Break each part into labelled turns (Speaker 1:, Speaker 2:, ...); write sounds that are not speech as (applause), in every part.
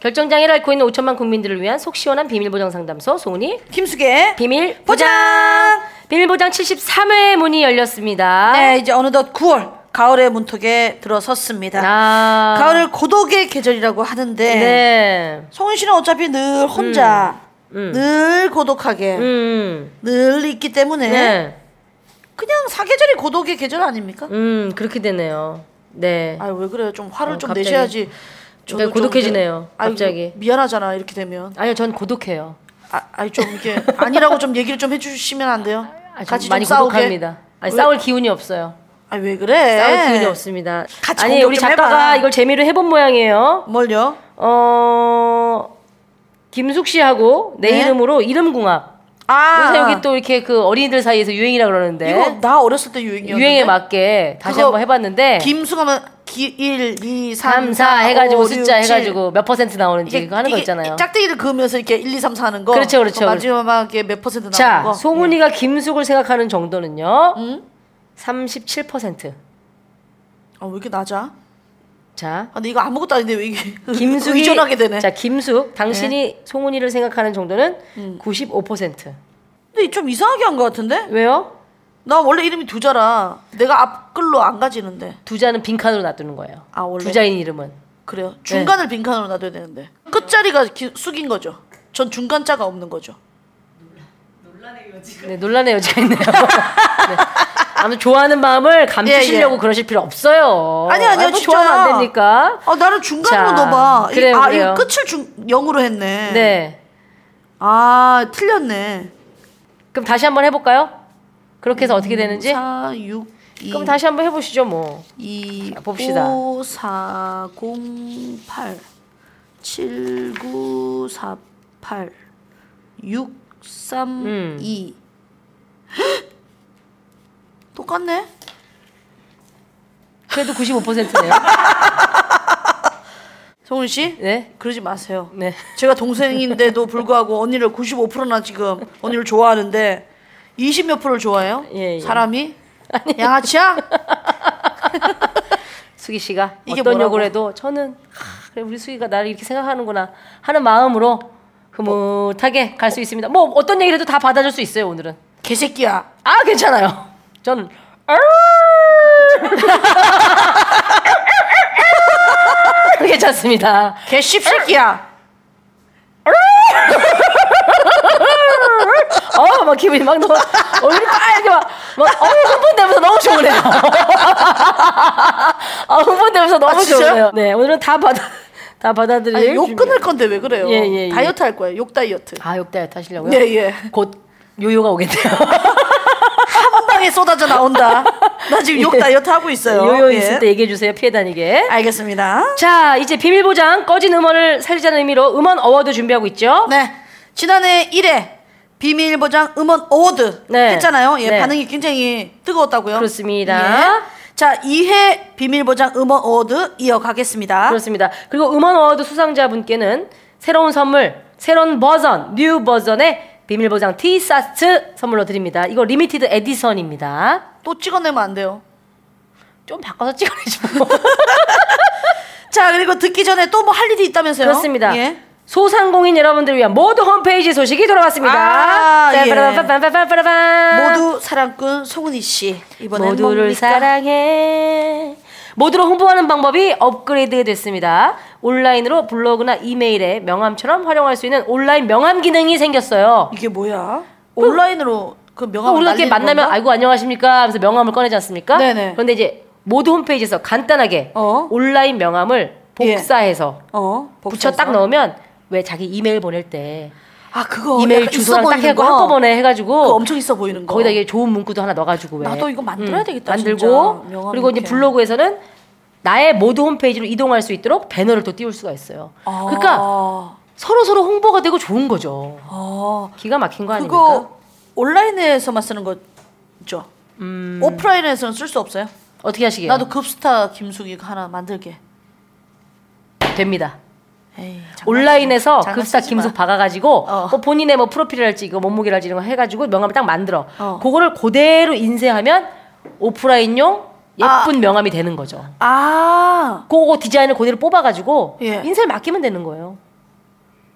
Speaker 1: 결정장애를 앓고 있는 5천만 국민들을 위한 속 시원한 비밀보장 상담소 소은이
Speaker 2: 김숙의
Speaker 1: 비밀보장!
Speaker 2: 보장!
Speaker 1: 비밀보장 73회 문이 열렸습니다.
Speaker 2: 네, 이제 어느덧 9월 가을의 문턱에 들어섰습니다.
Speaker 1: 아.
Speaker 2: 가을을 고독의 계절이라고 하는데
Speaker 1: 네.
Speaker 2: 송은 씨는 어차피 늘 혼자 늘 고독하게
Speaker 1: 음.
Speaker 2: 늘 있기 때문에
Speaker 1: 네.
Speaker 2: 그냥 사계절이 고독의 계절 아닙니까?
Speaker 1: 음, 그렇게 되네요. 네.
Speaker 2: 아 왜 그래요? 좀 화를
Speaker 1: 어,
Speaker 2: 좀
Speaker 1: 갑자기.
Speaker 2: 내셔야지. 저도
Speaker 1: 네,
Speaker 2: 좀
Speaker 1: 고독해지네요,
Speaker 2: 이제- 아이고,
Speaker 1: 갑자기.
Speaker 2: 미안하잖아 이렇게 되면.
Speaker 1: 아니요, 전 고독해요.
Speaker 2: 아, 아니 좀 이게 (laughs) 아니라고 좀 얘기를 좀 해주시면 안 돼요?
Speaker 1: 아, 좀
Speaker 2: 같이
Speaker 1: 많이
Speaker 2: 좀 싸우게.
Speaker 1: 고독합니다. (laughs) 아니, 싸울 기운이 없어요.
Speaker 2: 아왜 그래?
Speaker 1: 싸울 기운이 없습니다.
Speaker 2: 같이
Speaker 1: 아니,
Speaker 2: 공격
Speaker 1: 우리
Speaker 2: 좀
Speaker 1: 작가가
Speaker 2: 해봐.
Speaker 1: 이걸 재미로 해본 모양이에요.
Speaker 2: 뭘요?
Speaker 1: 어, 김숙 씨하고 내
Speaker 2: 네?
Speaker 1: 이름으로 이름궁합.
Speaker 2: 아
Speaker 1: 요새 여기 또 이렇게 그 어린이들 사이에서 유행이라 그러는데
Speaker 2: 이거 나 어렸을 때 유행이었는데.
Speaker 1: 유행에 맞게 다시
Speaker 2: 그거
Speaker 1: 한번 해봤는데
Speaker 2: 김수가면 기, 1, 2, 3,
Speaker 1: 3, 4 해가지고 숫자 해가지고 몇 퍼센트 나오는지 그거 하는 거 있잖아요.
Speaker 2: 짝대기를 그으면서 이렇게 1, 2, 3, 4 하는 거.
Speaker 1: 그렇죠, 그렇죠,
Speaker 2: 그 마지막에 몇 퍼센트 나오는
Speaker 1: 자,
Speaker 2: 거. 예. 음?
Speaker 1: 송은이가 김숙을 생각하는 정도는요. 37%.
Speaker 2: 아, 왜 이렇게 낮아?
Speaker 1: 자,
Speaker 2: 아, 근데 이거 아무것도 아닌데 왜 이게 (laughs)
Speaker 1: 김숙이
Speaker 2: 의존하게 되네. 네.
Speaker 1: 자, 김숙 당신이 송은이를 생각하는 정도는 95%.
Speaker 2: 음. 근데 좀 이상하게 한 것 같은데?
Speaker 1: 왜요?
Speaker 2: 나 원래 이름이 두자라. 내가 앞글로 안 가지는데.
Speaker 1: 두자는 빈칸으로 놔두는 거예요.
Speaker 2: 아, 원래?
Speaker 1: 두자인 이름은. 네.
Speaker 2: 그래요. 중간을 빈칸으로 놔둬야 되는데. 끝자리가 기, 숙인 거죠. 전 중간 자가 없는 거죠.
Speaker 1: 네, 논란의 여지가 있네요. 네. 아무튼 좋아하는 마음을 감추시려고
Speaker 2: 예, 예.
Speaker 1: 그러실 필요 없어요.
Speaker 2: 아니 아니요
Speaker 1: 아니, 뭐
Speaker 2: 진짜.
Speaker 1: 좋아하면 안 됩니까?
Speaker 2: 아 나를 중간으로
Speaker 1: 자,
Speaker 2: 넣어봐. 이-
Speaker 1: 그래요,
Speaker 2: 아
Speaker 1: 그래요.
Speaker 2: 이거 끝을 중 0으로 했네.
Speaker 1: 네.
Speaker 2: 아 틀렸네.
Speaker 1: 그럼 다시 한번 해볼까요? 그렇게 해서
Speaker 2: 음,
Speaker 1: 어떻게 되는지?
Speaker 2: 4 6 2
Speaker 1: 그럼 다시 한번 해보시죠 뭐.
Speaker 2: 2
Speaker 1: 봅시다.
Speaker 2: 5 4 0 8 7 9 4 8 6 3
Speaker 1: 음.
Speaker 2: 2 (gasps) 똑같네.
Speaker 1: 그래도 95%네요.
Speaker 2: 성훈 씨
Speaker 1: 네.
Speaker 2: 그러지 마세요.
Speaker 1: 네.
Speaker 2: 제가 동생인데도 불구하고 언니를 95%나 지금 언니를 좋아하는데 20몇 프로를 좋아해요?
Speaker 1: 예, 예.
Speaker 2: 사람이? 양아치야?
Speaker 1: (laughs) 수기 씨가
Speaker 2: 이게
Speaker 1: 어떤
Speaker 2: 뭐라고?
Speaker 1: 욕을 해도 저는 하, 그래 우리 수기가 나를 이렇게 생각하는구나 하는 마음으로 흐뭇하게 갈 수 있습니다. 뭐 어떤 얘기를 해도 다 받아줄 수 있어요 오늘은.
Speaker 2: 개새끼야.
Speaker 1: 아 괜찮아요. 저는 괜찮습니다.
Speaker 2: 개씹새끼야.
Speaker 1: 어막 기분이 막 너무 얼굴이 빨개 막막어 흥분되면서 너무 좋으네요. 아 흥분되면서 너무
Speaker 2: 아, 진짜요?
Speaker 1: 좋으네요. 네 오늘은 다 받아 다 받아들일.
Speaker 2: 아니, 욕
Speaker 1: 준비.
Speaker 2: 끊을 건데 왜 그래요?
Speaker 1: 예, 예, 예.
Speaker 2: 다이어트 할 거예요. 욕 다이어트.
Speaker 1: 아 욕다이어트 하시려고요?
Speaker 2: 네, 예.
Speaker 1: 곧 요요가 오겠네요.
Speaker 2: 한 방에 쏟아져 나온다. 나 지금 욕
Speaker 1: 예.
Speaker 2: 다이어트 하고 있어요.
Speaker 1: 요요
Speaker 2: 예.
Speaker 1: 있을 때 얘기해 주세요. 피해 다니게.
Speaker 2: 알겠습니다.
Speaker 1: 자 이제 비밀 보장 꺼진 음원을 살리자는 의미로 음원 어워드 준비하고 있죠.
Speaker 2: 네. 지난해 1회 비밀 보장 음원 어워드
Speaker 1: 네.
Speaker 2: 했잖아요. 예,
Speaker 1: 네.
Speaker 2: 반응이 굉장히 뜨거웠다고요.
Speaker 1: 그렇습니다.
Speaker 2: 예. 자, 2회 비밀 보장 음원 어워드 이어가겠습니다.
Speaker 1: 그렇습니다. 그리고 음원 어워드 수상자분께는 새로운 선물, 새로운 버전, 뉴 버전의 비밀 보장 티 사스트 선물로 드립니다. 이거 리미티드 에디션입니다.
Speaker 2: 또 찍어내면 안 돼요.
Speaker 1: 좀 바꿔서 찍어내죠. 뭐.
Speaker 2: (laughs) 자, 그리고 듣기 전에 또 뭐 할 일이 있다면서요?
Speaker 1: 그렇습니다.
Speaker 2: 예.
Speaker 1: 소상공인 여러분들을 위한 모두 홈페이지 소식이 돌아왔습니다.
Speaker 2: 아, 예.
Speaker 1: 빰빠라밤빰빰빰빰빰.
Speaker 2: 모두 사랑꾼 송은이 씨 이번엔
Speaker 1: 모두를
Speaker 2: 뭡니까?
Speaker 1: 사랑해. 모두로 홍보하는 방법이 업그레이드 됐습니다. 온라인으로 블로그나 이메일에 명함처럼 활용할 수 있는 온라인 명함 기능이 생겼어요.
Speaker 2: 이게 뭐야? 온라인으로 그 명함
Speaker 1: 어, 우리가 이렇게 만나면 아이고 안녕하십니까 하면서 명함을 꺼내지 않습니까?
Speaker 2: 네네.
Speaker 1: 그런데 이제 모두 홈페이지에서 간단하게
Speaker 2: 어.
Speaker 1: 온라인 명함을
Speaker 2: 예.
Speaker 1: 복사해서
Speaker 2: 어
Speaker 1: 붙여 딱 넣으면 왜 자기 이메일 보낼 때
Speaker 2: 아 그거
Speaker 1: 이메일
Speaker 2: 약간 있어
Speaker 1: 주소랑 딱
Speaker 2: 보이는
Speaker 1: 해고
Speaker 2: 거.
Speaker 1: 한꺼번에
Speaker 2: 그거
Speaker 1: 해가지고
Speaker 2: 엄청 있어 보이는 거
Speaker 1: 거기다 이게 좋은 문구도 하나 넣어가지고 왜 음,
Speaker 2: 나도 이거 만들어야 되겠다,
Speaker 1: 만들고
Speaker 2: 진짜. 명함
Speaker 1: 그리고 이제
Speaker 2: 이렇게.
Speaker 1: 블로그에서는 나의 모두 홈페이지로 이동할 수 있도록 배너를 또 띄울 수가 있어요.
Speaker 2: 아,
Speaker 1: 그러니까 서로 서로 홍보가 되고 좋은 거죠.
Speaker 2: 아,
Speaker 1: 기가 막힌 거 아닙니까?
Speaker 2: 그거 온라인에서만 쓰는 거죠 오프라인에서는 쓸 수 없어요
Speaker 1: 음. 어떻게 하시게요?
Speaker 2: 나도 급스타 김숙이 하나 만들게
Speaker 1: 됩니다.
Speaker 2: 에이, 장난치지
Speaker 1: 온라인에서
Speaker 2: 마.
Speaker 1: 급사
Speaker 2: 장난치지 마.
Speaker 1: 김숙 박아가지고
Speaker 2: 어.
Speaker 1: 뭐 본인의 뭐 프로필이랄지 이거 몸무게랄지 이런 거 해가지고 명함을 딱 만들어.
Speaker 2: 어.
Speaker 1: 그거를 그대로 인쇄하면 오프라인용 예쁜 명함이 되는 거죠.
Speaker 2: 아
Speaker 1: 그거 디자인을 그대로 뽑아가지고
Speaker 2: 예.
Speaker 1: 인쇄를 맡기면 되는 거예요.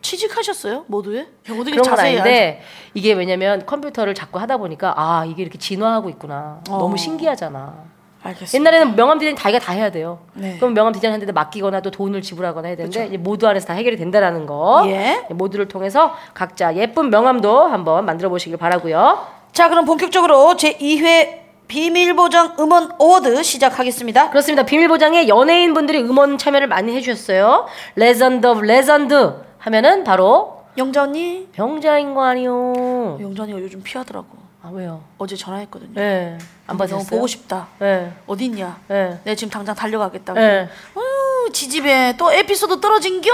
Speaker 2: 취직하셨어요? 모두에? 야, 어떻게
Speaker 1: 그런 건
Speaker 2: 자세히 알지?
Speaker 1: 아닌데 이게 왜냐면 컴퓨터를 자꾸 하다 보니까 아 이게 이렇게 진화하고 있구나.
Speaker 2: 어.
Speaker 1: 너무 신기하잖아.
Speaker 2: 알겠습니다.
Speaker 1: 옛날에는 명함 디자인 자기가 다 해야 돼요.
Speaker 2: 네.
Speaker 1: 그럼 명함 디자인한테 맡기거나 또 돈을 지불하거나 해야 되는데 이제 모두 안에서 다 해결이 된다라는 거.
Speaker 2: 예.
Speaker 1: 어? 네, 모두를 통해서 각자 예쁜 명함도 한번 만들어 보시길 바라고요.
Speaker 2: 자, 그럼 본격적으로 제 2회 비밀보장 음원 어워드 시작하겠습니다.
Speaker 1: 그렇습니다. 비밀보장에 연예인분들이 음원 참여를 많이 해주셨어요. 레전드 오브 레전드 하면은 바로
Speaker 2: 영자 언니.
Speaker 1: 병자인 거 아니요.
Speaker 2: 영자 언니가 요즘 피하더라고.
Speaker 1: 아 왜요?
Speaker 2: 어제 전화했거든요.
Speaker 1: 예. 네. 안
Speaker 2: 언니 너무
Speaker 1: 받으셨어요?
Speaker 2: 보고 싶다.
Speaker 1: 예.
Speaker 2: 어디 있냐?
Speaker 1: 예.
Speaker 2: 내가 지금 당장 달려가겠다.
Speaker 1: 예.
Speaker 2: 우, 지집에 또 에피소드 떨어진겨.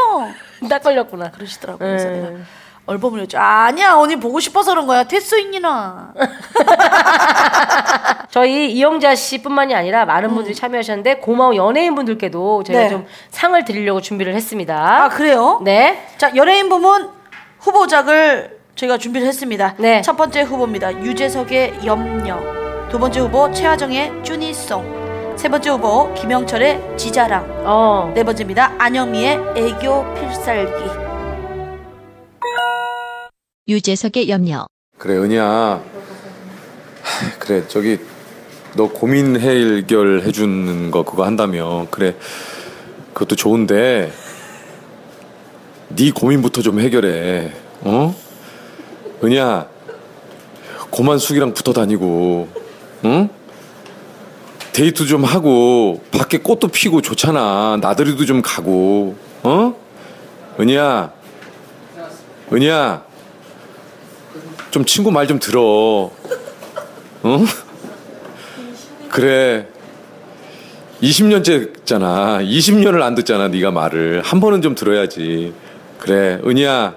Speaker 1: (laughs) 딱 걸렸구나.
Speaker 2: 그러시더라고.
Speaker 1: 예.
Speaker 2: 그래서 내가 얼버무렸죠. 아니야, 언니 보고 싶어서 그런 거야. 됐어, 인이나.
Speaker 1: 저희 이영자 씨뿐만이 아니라 많은 분들이 참여하셨는데 고마운 연예인분들께도
Speaker 2: 음.
Speaker 1: 저희가
Speaker 2: 네.
Speaker 1: 좀 상을 드리려고 준비를 했습니다.
Speaker 2: 아, 그래요?
Speaker 1: 네.
Speaker 2: 자, 연예인 부문 후보작을 저희가 준비를 했습니다.
Speaker 1: 네.
Speaker 2: 첫 번째 후보입니다. 유재석의 염려. 두 번째 후보 최하정의 쭈니송. 세 번째 후보 김영철의 지자랑.
Speaker 1: 어.
Speaker 2: 네 번째입니다. 안영미의 애교 필살기.
Speaker 3: 유재석의 염려.
Speaker 4: 그래 은희야 하, 그래 저기 너 고민 해결 해주는 거 그거 한다며 그래 그것도 좋은데 네 고민부터 좀 해결해 어 은희야 고만숙이랑 붙어 다니고 응 데이트 좀 하고 밖에 꽃도 피고 좋잖아 나들이도 좀 가고 어 은희야 은희야 좀 친구 말 좀 들어. 응? 그래. 20년째잖아. 20년을 안 듣잖아, 네가 말을. 한 번은 좀 들어야지. 그래, 은희야.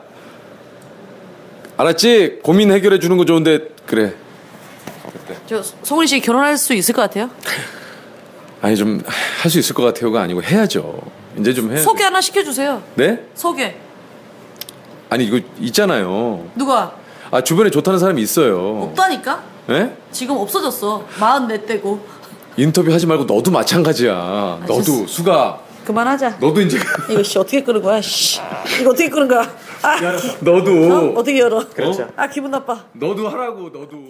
Speaker 4: 알았지? 고민 해결해 주는 거 좋은데 그래.
Speaker 2: 저 성훈 씨 결혼할 수 있을 것 같아요?
Speaker 4: 아니 좀 할 수 있을 것 같아요가 아니고 해야죠. 이제 좀 해.
Speaker 2: 소개 하나 시켜주세요.
Speaker 4: 네?
Speaker 2: 소개.
Speaker 4: 아니 이거 있잖아요.
Speaker 2: 누가?
Speaker 4: 아 주변에 좋다는 사람이 있어요.
Speaker 2: 없다니까?
Speaker 4: 네?
Speaker 2: 지금 없어졌어. 마흔 넷 되고.
Speaker 4: 인터뷰 하지 말고 너도 마찬가지야. 너도 수가
Speaker 2: 그만하자.
Speaker 4: 너도 이제
Speaker 2: 이거 씨 어떻게 끄는 거야? 씨. 이거 어떻게 끄는 거야? 아,
Speaker 4: 너도
Speaker 2: 어떻게 열어?
Speaker 4: 그렇죠.
Speaker 2: 아 기분 나빠.
Speaker 4: 너도 하라고 너도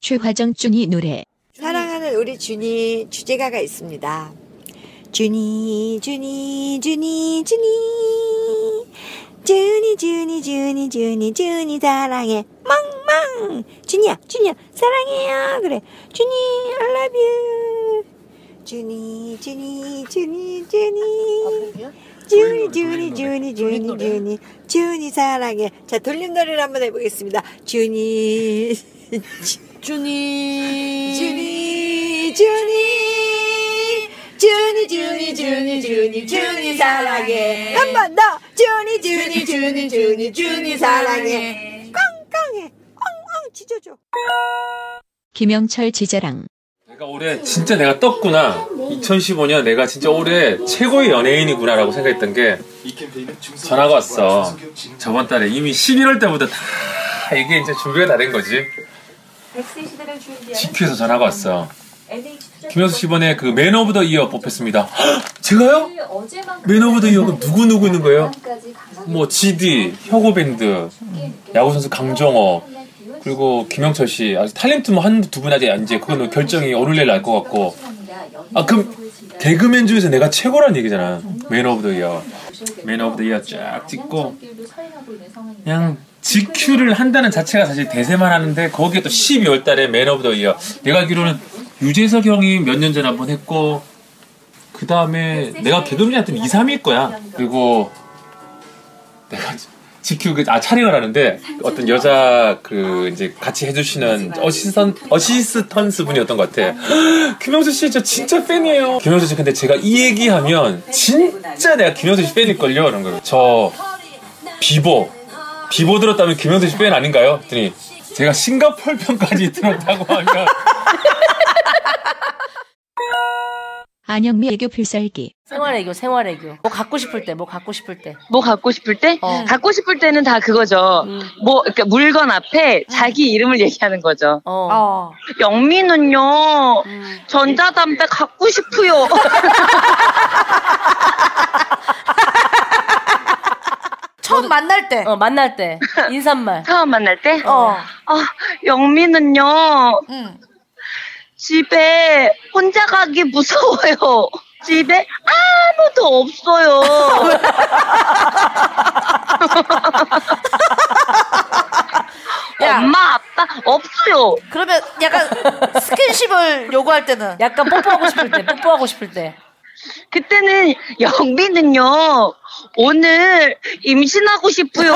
Speaker 3: 최화정 준이 노래.
Speaker 5: 사랑하는 우리 준이 주제가가 있습니다. 준이 준이 준이 준이 준이 준이 준이 준이 준이 사랑해 멍멍 준이야 준이야 사랑해요 그래 준이 I love you 준이 준이 준이 준이 준이 준이 준이 준이 준이 준이 사랑해 자 돌림노래를 한번 해보겠습니다 준이
Speaker 2: 준이.
Speaker 5: 주니 주니 주니 주니 주니 주니 주니 사랑해 한 번 더 주니 주니 주니 주니 주니 사랑해 꽝꽝해 꽝꽝 찢어줘
Speaker 3: 김영철 지자랑.
Speaker 6: 내가 올해 진짜 내가 떴구나. 2015년 내가 진짜 올해 최고의 연예인이구나라고 생각했던 게 전화가 왔어. 저번 달에 이미 11월 때부터 다 이게 이제 준비가 다 된 거지. GQ에서 전화가 왔어. 김현수 씨 이번에 그 맨 오브 더 이어 뽑혔습니다. (gasps) 헉, 제가요? 맨 오브 더 이어가 그 누구 누구 있는 거예요? 뭐 GD, 혁오밴드, 야구 선수 강정호, 그리고 김영철 씨 아직 탤런트 뭐한두분 아직 이제 그건 결정이 오늘 내일 날 것 같고 아 그럼 개그맨 중에서 내가 최고란 얘기잖아 맨 오브 더 이어 맨 오브 더 이어 쫙 찍고 그냥 GQ를 한다는 자체가 사실 대세만 하는데 거기에 또 12월 달에 맨 오브 더 이어 내가 알기로는 유재석 형이 몇 년 전에 한 번 했고 그 다음에 내가 개그맨한테는 2, 3위일 거야 그리고 내가 GQ 그아 촬영을 하는데 어떤 여자 그 이제 같이 해주시는 어시스턴 어시스턴스 분이었던 것 같아. (gasps) 김영수 씨 저 진짜 팬이에요. 김영수 씨 근데 제가 이 얘기하면 진짜 내가 김영수 씨 팬일 걸요 이런 거예요. 저 비보 비보 들었다면 김영수 씨 팬 아닌가요? 했더니 제가 싱가폴 편까지 들었다고 (laughs) 하면
Speaker 3: 안영미 애교 필살기.
Speaker 1: 생활애교, 생활애교. 뭐 갖고 싶을 때, 뭐 갖고 싶을 때.
Speaker 7: 뭐 갖고 싶을 때?
Speaker 1: 어.
Speaker 7: 갖고 싶을 때는 다 그거죠.
Speaker 1: 음.
Speaker 7: 뭐, 그러니까 물건 앞에 자기 이름을 얘기하는 거죠.
Speaker 1: 어. 음.
Speaker 2: 어.
Speaker 7: 영민은요, 전자담배 갖고
Speaker 1: (laughs)
Speaker 7: 싶어요.
Speaker 2: 처음 만날 때.
Speaker 1: 어,
Speaker 7: (laughs)
Speaker 1: 만날 때 인사말.
Speaker 7: 처음 만날 때?
Speaker 2: 어.
Speaker 7: 아, 영미는요,
Speaker 2: 응.
Speaker 7: 어. 집에 혼자 가기 무서워요. 집에 아무도 없어요.
Speaker 2: 야.
Speaker 7: 엄마, 아빠, 없어요.
Speaker 2: 그러면 약간
Speaker 7: (laughs)
Speaker 2: 스킨십을 요구할 때는
Speaker 1: 약간 뽀뽀하고 싶을 때, 뽀뽀하고 싶을 때.
Speaker 7: 그때는 영미는요, 오늘 임신하고
Speaker 1: (laughs)
Speaker 7: 싶어요.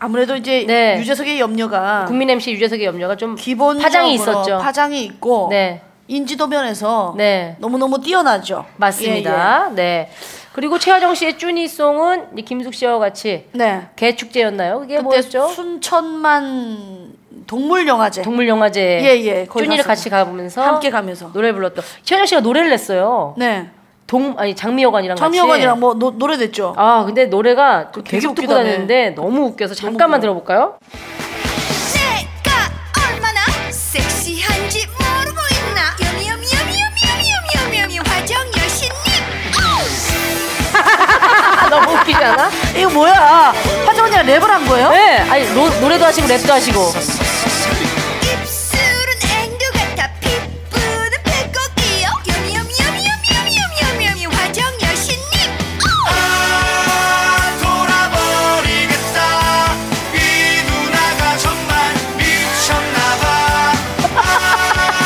Speaker 2: 아무래도 이제
Speaker 1: 네.
Speaker 2: 유재석의 염려가
Speaker 1: 국민 MC 유재석의 염려가 좀
Speaker 2: 기본적으로
Speaker 1: 파장이 있었죠.
Speaker 2: 파장이 있고
Speaker 1: 네.
Speaker 2: 인지도 면에서
Speaker 1: 네.
Speaker 2: 너무너무 뛰어나죠. 예,
Speaker 1: 맞습니다. 네. 그리고 최하정 씨의 쭈니송은 이 김숙 씨와 같이
Speaker 2: 예, 예. 네.
Speaker 1: 개축제였나요? 그게
Speaker 2: 그때
Speaker 1: 뭐였죠?
Speaker 2: 순천만 동물 영화제
Speaker 1: 동물 영화제.
Speaker 2: 예, 예. 거기
Speaker 1: 쭈니를
Speaker 2: 갔었죠.
Speaker 1: 같이 가보면서
Speaker 2: 함께 가면서
Speaker 1: 노래 불렀던 최하정 씨가 노래를 냈어요.
Speaker 2: 네.
Speaker 1: 동 아니 장미여관이랑
Speaker 2: 정미호관이랑
Speaker 1: 같이.
Speaker 2: 뭐 노, 노래 냈죠. 그
Speaker 1: 아 근데 노래가 좀
Speaker 2: 되게
Speaker 1: 계속 듣고
Speaker 2: 웃기다네.
Speaker 1: 다녔는데 너무 웃겨서 잠깐만
Speaker 2: 웃겨.
Speaker 1: 들어볼까요?
Speaker 8: 내가 얼마나 섹시한지 모르고 있나 여미여미여미여미여미여미여미 화정
Speaker 5: (laughs)
Speaker 8: 여신님
Speaker 1: 아 (laughs) 너무 (laughs) 웃기지 않아?
Speaker 2: 이거 뭐야? 화정 언니가 랩을 한 거예요?
Speaker 1: 네. 아니 노, 노래도 하시고 랩도 하시고.
Speaker 8: 입술은 앵두 같아 피부는 백고기요 여미여미여미여미여미여미여미 화정 여신님 어!
Speaker 9: 아, 돌아버리겠다 이 누나가 정말 미쳤나봐 아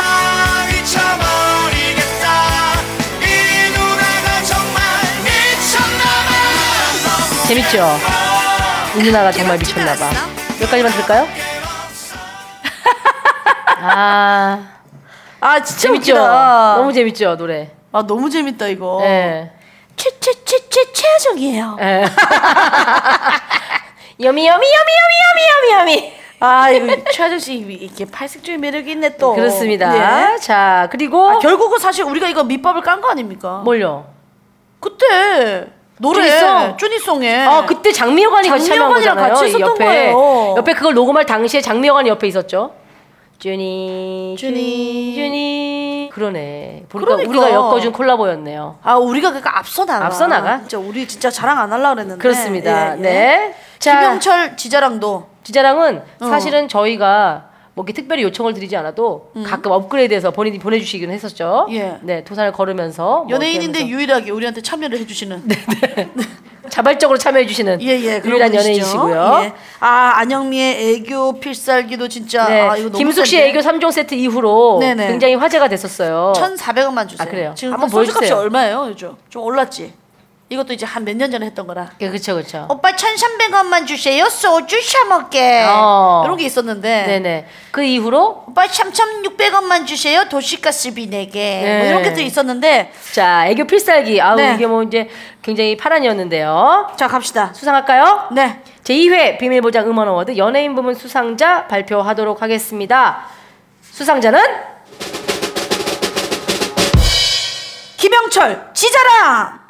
Speaker 9: 미쳐버리겠다 이 누나가 정말 미쳤나봐
Speaker 1: 재밌죠? 이 누나가 정말 미쳤나봐. 몇
Speaker 2: (laughs)
Speaker 1: 가지만 들까요? 아
Speaker 2: 아 진짜
Speaker 1: 재밌죠?
Speaker 2: 웃기다.
Speaker 1: 너무 재밌죠 노래.
Speaker 2: 아 너무 재밌다 이거.
Speaker 1: 예.
Speaker 2: 최최최최 최하정이에요.
Speaker 1: 예. (laughs) 여미 여미 여미 여미 여미 여미
Speaker 2: 아 이거 최하정 씨 이게 팔색적인 매력이 있네 또.
Speaker 1: 그렇습니다.
Speaker 2: 예.
Speaker 1: 자 그리고
Speaker 2: 아, 결국은 사실 우리가 이거 밑밥을 깐 거 아닙니까?
Speaker 1: 뭘요?
Speaker 2: 그때 노래
Speaker 1: 쭈니송?
Speaker 2: 쭈니송에
Speaker 1: 아 그때 장미여관이 같이 참여한
Speaker 2: 장미여관이랑
Speaker 1: 거잖아요.
Speaker 2: 같이 있었던
Speaker 1: 옆에
Speaker 2: 거예요.
Speaker 1: 옆에 그걸 녹음할 당시에 장미여관이 옆에 있었죠. 준이
Speaker 2: 준이.
Speaker 1: 준이 그러네. 보니까
Speaker 2: 그러니까.
Speaker 1: 우리가 엮어준 콜라보였네요.
Speaker 2: 아 우리가 그러니까 앞서 나가
Speaker 1: 앞서 나가?
Speaker 2: 진짜 우리 진짜 자랑 안 하려고 그랬는데
Speaker 1: 그렇습니다.
Speaker 2: 예, 예.
Speaker 1: 네. 자
Speaker 2: 김영철 지자랑도
Speaker 1: 지자랑은
Speaker 2: 어.
Speaker 1: 사실은 저희가 뭐 이렇게 특별히 요청을 드리지 않아도 가끔 업그레이드해서 본인이 보내주시긴 했었죠.
Speaker 2: 음. 예.
Speaker 1: 네 도산을 걸으면서 뭐 이렇게
Speaker 2: 연예인인데
Speaker 1: 하면서 네,
Speaker 2: 유일하게 우리한테 참여를 해주시는
Speaker 1: 자발적으로 참여해주시는
Speaker 2: 예예 그런
Speaker 1: 유일한
Speaker 2: 분이시죠.
Speaker 1: 연예인이시고요.
Speaker 2: 예. 아 안영미의 애교 필살기도 진짜
Speaker 1: 네.
Speaker 2: 아 이거 너무
Speaker 1: 김숙 씨
Speaker 2: 센데.
Speaker 1: 애교 3종 세트 이후로
Speaker 2: 네네.
Speaker 1: 굉장히 화제가 됐었어요.
Speaker 2: 1,400원만 주세요.
Speaker 1: 아, 그래요?
Speaker 2: 지금
Speaker 1: 한번
Speaker 2: 한번 소주값이
Speaker 1: 보여주세요.
Speaker 2: 얼마예요 요즘? 좀 올랐지. 이것도 이제 한 몇 년 전에 했던 거라.
Speaker 1: 예, 그쵸, 그쵸.
Speaker 2: 오빠 1,300원만 주세요. 소주 샤 먹게.
Speaker 1: 어.
Speaker 2: 이런 게 있었는데.
Speaker 1: 네네. 그 이후로,
Speaker 2: 오빠 3,600원만 주세요. 도시가스비 내게.
Speaker 1: 네.
Speaker 2: 뭐 이런 게 또 있었는데.
Speaker 1: 자, 애교 필살기. 아우,
Speaker 2: 네.
Speaker 1: 이게 뭐 이제 굉장히 파란이었는데요.
Speaker 2: 자 갑시다.
Speaker 1: 수상할까요?
Speaker 2: 네.
Speaker 1: 제2회 비밀보장 음원 어워드 연예인 부문 수상자 발표하도록 하겠습니다. 수상자는
Speaker 2: 김영철 지자랑.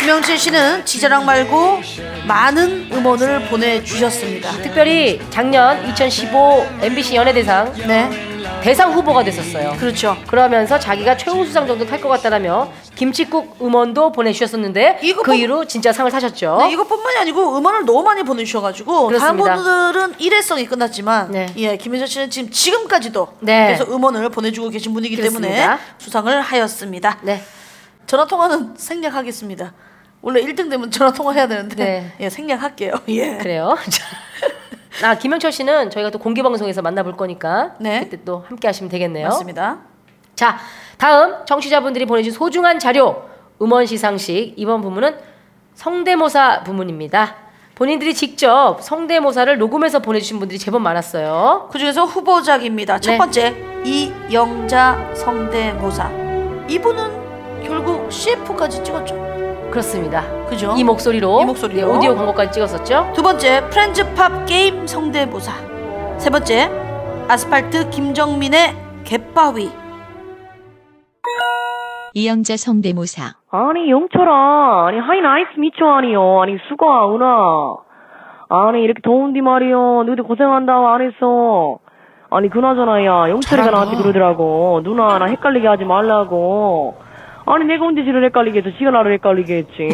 Speaker 2: 김영철 씨는 지자랑 말고 많은 음원을 보내주셨습니다.
Speaker 1: 특별히 작년 2015 MBC 연예대상
Speaker 2: 네.
Speaker 1: 대상 후보가 됐었어요.
Speaker 2: 그렇죠.
Speaker 1: 그러면서 자기가 최우 수상 정도 탈 것 같다라며 김치국 음원도 보내주셨었는데
Speaker 2: 이거
Speaker 1: 그
Speaker 2: 뭐-
Speaker 1: 이후로 진짜 상을 타셨죠.
Speaker 2: 네, 이것뿐만이 아니고 음원을 너무 많이 보내주셔가지고
Speaker 1: 그렇습니다.
Speaker 2: 다른 분들은 일회성이 끝났지만
Speaker 1: 네.
Speaker 2: 예 김현철 씨는 지금 지금까지도
Speaker 1: 네.
Speaker 2: 계속 음원을 보내주고 계신 분이기 때문에
Speaker 1: 그렇습니다.
Speaker 2: 수상을 하였습니다.
Speaker 1: 네.
Speaker 2: 전화 통화는 생략하겠습니다. 원래 1등 되면 전화 통화해야 되는데
Speaker 1: 네.
Speaker 2: 예 생략할게요. (laughs) 예.
Speaker 1: 그래요. 자, 아 김영철 씨는 저희가 또 공개 방송에서 만나볼 거니까
Speaker 2: 네.
Speaker 1: 그때 또 함께 하시면 되겠네요.
Speaker 2: 맞습니다.
Speaker 1: 자, 다음 청취자분들이 보내준 소중한 자료 음원 시상식 이번 부문은 성대모사 부문입니다. 본인들이 직접 성대모사를 녹음해서 보내주신 분들이 제법 많았어요.
Speaker 2: 그 중에서 후보작입니다. 첫
Speaker 1: 네.
Speaker 2: 번째 이영자 성대모사 이분은 결국 CF까지 찍었죠.
Speaker 1: 그렇습니다.
Speaker 2: 그죠?
Speaker 1: 이 목소리로,
Speaker 2: 이 목소리로.
Speaker 1: 네, 오디오 광고까지 찍었었죠.
Speaker 2: 두 번째 프렌즈팝 게임 성대모사 세 번째 아스팔트 김정민의 갯바위
Speaker 3: 이영자 성대모사.
Speaker 10: 아니 영철아 아니 하이 나이스 미쳐 아니요 아니 수고하 은하 아니 이렇게 더운디 말이요 너희들 고생한다고 안 했어
Speaker 11: 아니 그나저나야 영철이가 나한테 그러더라고 누나 나 헷갈리게 하지 말라고 아니 내가 언제 지를 헷갈리게 해서 지가 나를 헷갈리게 했지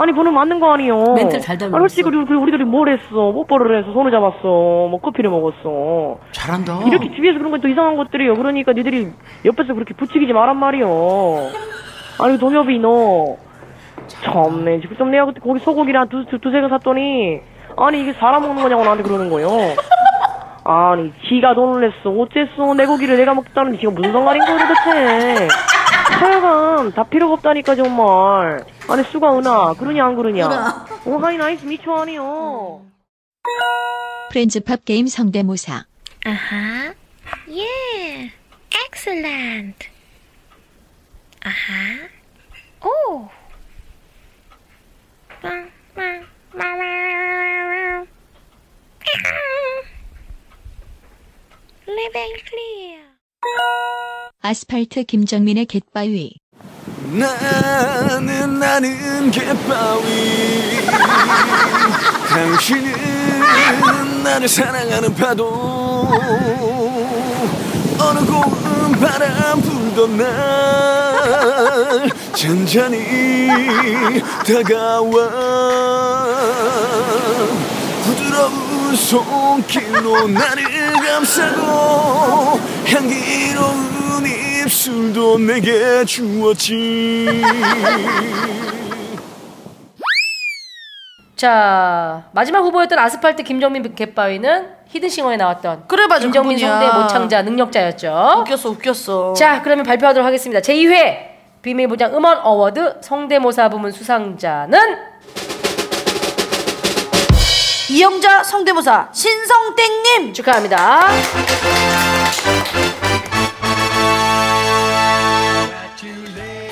Speaker 11: 아니 번호 맞는 거 아니요
Speaker 1: 멘트를 잘 담았어.
Speaker 11: 아니 솔직히 우리, 우리, 우리들이 뭘 했어 뽀뽀를 해서 손을 잡았어 뭐 커피를 먹었어
Speaker 12: 잘한다.
Speaker 11: 이렇게 집에서 그런 건 또 이상한 것들이요 그러니까 니들이 옆에서 그렇게 부추기지 말란 말이요 아니 동엽이 너 참네 지금 내가 그때 고기 소고기를 한 두, 두, 두세 개 샀더니 아니 이게 사람 먹는 거냐고 나한테 그러는 거예요 아니 지가 돈을 냈어 어째서 내 고기를 내가 먹겠다는데 지금 무슨 상관인 거야 도대체 하여간 다 필요가 없다니까 정말 아니 수가 은하 그러냐 안 그러냐 오 하이 나이스 미초 아니요
Speaker 3: 프렌즈팝 게임 성대모사
Speaker 13: Uh-huh. Yeah. Excellent. Uh-huh. Oh. Living clear.
Speaker 3: 아스팔트 김정민의 갯바위
Speaker 14: 나는 나는 갯바위 당신은 나를 사랑하는 파도 어느 고운 바람 불던 날 잔잔히 다가와 부드러운 손길로 나를 감싸고 향기로운 입술도 내게 주었지
Speaker 1: 자 마지막 후보였던 아스팔트 김정민 갯바위는 히든싱어에 나왔던
Speaker 2: 그래 맞아,
Speaker 1: 김정민
Speaker 2: 그분이야.
Speaker 1: 성대 모창자 능력자였죠.
Speaker 2: 웃겼어 웃겼어.
Speaker 1: 자 그러면 발표하도록 하겠습니다. 제2회 비밀보장 음원 어워드 성대모사 부문 수상자는
Speaker 2: 이영자 성대모사 신성땡님
Speaker 1: 축하합니다.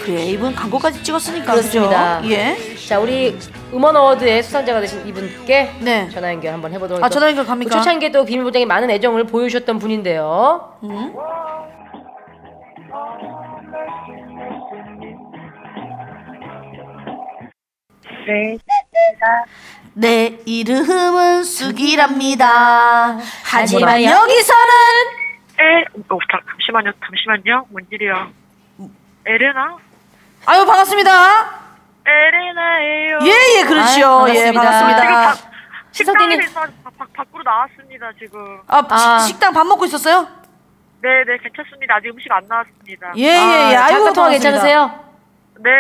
Speaker 2: 그래 이분 광고까지 찍었으니까
Speaker 1: 그렇습니다.
Speaker 2: 그죠? 예.
Speaker 1: 자 우리 음원 어워드의 수상자가 되신 이분께 전화 연결 한번 해보도록
Speaker 2: 네. 아, 전화 연결 갑니까?
Speaker 1: 초창기에도 비밀보장에 많은 애정을 보여주셨던 분인데요.
Speaker 2: 음. 네. 내 이름은 숙이랍니다. 하지만
Speaker 10: 뭐라?
Speaker 2: 여기서는
Speaker 10: 에, 어, 잠- 잠시만요, 잠시만요. 뭔 일이야?
Speaker 11: 음.
Speaker 10: 에레나?
Speaker 2: 아유 반갑습니다.
Speaker 10: 에레나예요.
Speaker 2: 예예 그렇죠. 예 반갑습니다.
Speaker 10: 지금 바, 식당에서 바, 바, 밖으로 나왔습니다 지금.
Speaker 2: 아, 시- 식당 밥 먹고 있었어요?
Speaker 10: 네, 네, 괜찮습니다. 아직 음식 안 나왔습니다.
Speaker 2: 예예예. 아, 유
Speaker 1: 통화 괜찮으세요?
Speaker 10: 네,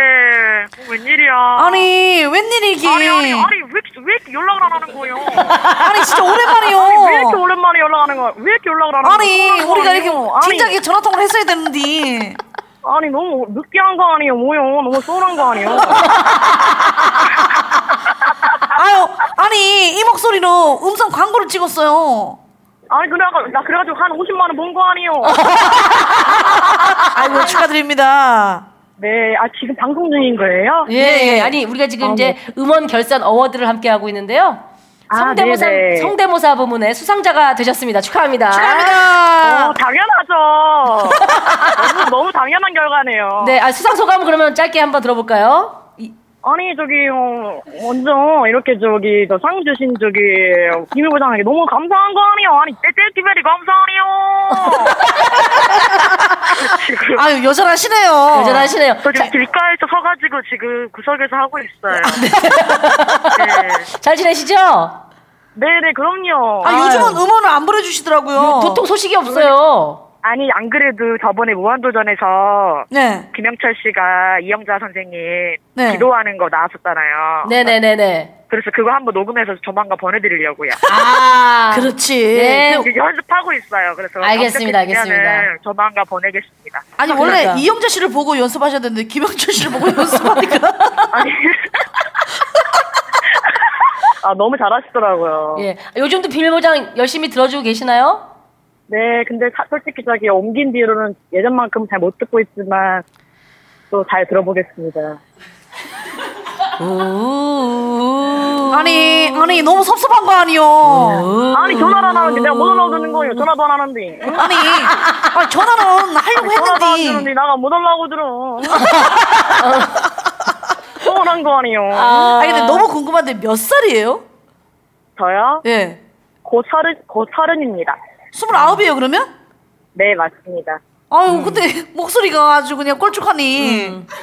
Speaker 10: 뭐 웬일이야?
Speaker 2: 아니 웬일이기?
Speaker 10: 아니 아니 아니 왜, 이렇게- 왜 이렇게 연락을 안 하는 거예요?
Speaker 2: (laughs) 아니, 진짜 오랜만이요.
Speaker 10: 아니, 왜 이렇게 오랜만에 연락하는 거야? 왜 이렇게 연락을 안 하는 거야?
Speaker 2: 아니 우리가 이렇게
Speaker 10: 진짜
Speaker 2: 진작에 전화 통화를 했어야 되는데.
Speaker 10: 아니 너무 느끼한 거 아니에요? 뭐요? 너무 서운한 거 아니에요?
Speaker 2: (laughs) 아유 아니 이 목소리로 음성 광고를 찍었어요.
Speaker 10: 아니 그래 나 그래가지고 한 50만 원 번 거 아니에요?
Speaker 2: (laughs) 아이고 축하드립니다.
Speaker 10: 네, 아 지금 방송 중인 거예요?
Speaker 1: 예, 예. 아니 우리가 지금
Speaker 10: 아,
Speaker 1: 이제 음원 결산 어워드를 함께 하고 있는데요.
Speaker 10: 아,
Speaker 1: 성대모사
Speaker 10: 네네.
Speaker 1: 성대모사 부문의 수상자가 되셨습니다. 축하합니다.
Speaker 10: 아, 어, 당연하죠. (laughs) 너무, 너무 당연한 결과네요.
Speaker 1: 네, 아, 수상 소감 그러면 짧게 한번 들어볼까요?
Speaker 10: 아니 저기 어, 먼저 이렇게 저기 저 상 주신 저기 김일부장에게 너무 감사한 거 아니에요? 아니 떼떼티베리
Speaker 2: (laughs) 아유
Speaker 10: 감사하네요.
Speaker 2: 여전하시네요.
Speaker 1: 여전하시네요.
Speaker 10: 어, 저 지금 길가에서 서가지고 지금 구석에서 하고 있어요.
Speaker 2: 아, 네.
Speaker 10: 네.
Speaker 2: (laughs)
Speaker 1: 잘 지내시죠?
Speaker 10: 네네 그럼요.
Speaker 2: 아, 요즘은 음원을 안 보내주시더라고요. 그러니까.
Speaker 1: 보통 소식이 없어요.
Speaker 10: 아니 안 그래도 저번에 무한도전에서
Speaker 2: 네.
Speaker 10: 김영철 씨가 이영자 선생님
Speaker 2: 네.
Speaker 10: 기도하는 거 나왔었잖아요.
Speaker 1: 네네네네.
Speaker 10: 그래서 그거 한번 녹음해서 조만간 보내드리려고요. (laughs)
Speaker 1: 아
Speaker 2: 그렇지.
Speaker 1: 네.
Speaker 10: 지금 연습하고 있어요. 그래서
Speaker 1: 알겠습니다,
Speaker 10: 언제쯤 되면은
Speaker 1: 알겠습니다.
Speaker 10: 조만간 보내겠습니다. 그러니까.
Speaker 2: 아니 원래
Speaker 1: 그러니까.
Speaker 2: 이영자 씨를 보고 연습하셔야 되는데 김영철 씨를 보고
Speaker 10: 아 너무 잘하시더라고요.
Speaker 1: 예. 요즘도 비밀보장 열심히 들어주고 계시나요?
Speaker 10: 네, 근데 사- 솔직히 저기 옮긴 뒤로는 예전만큼 잘 못 듣고 있지만 또 잘 들어보겠습니다.
Speaker 1: 음.
Speaker 2: 아니 아니 너무 섭섭한 거 아니요.
Speaker 10: 네. 아니 전화를 안 하는데 내가 못 올라오는 거예요. 전화도 안 하는데.
Speaker 2: 아니, 아니, 전화는 하려고
Speaker 10: 전화도 안
Speaker 2: 했는데.
Speaker 10: 주는데 나가 못 올라오고
Speaker 2: (laughs)
Speaker 10: 들어. 서운한 거 아니요.
Speaker 2: 아 아니, 근데 너무 궁금한데 몇 살이에요?
Speaker 10: 저요?
Speaker 2: 예.
Speaker 10: 고 서른 고 서른입니다.
Speaker 2: 스물아홉이에요 그러면?
Speaker 11: 네 맞습니다.
Speaker 2: 아유 근데 (laughs) 목소리가 아주 그냥 꼴쭉하니.
Speaker 11: 음.
Speaker 2: (laughs)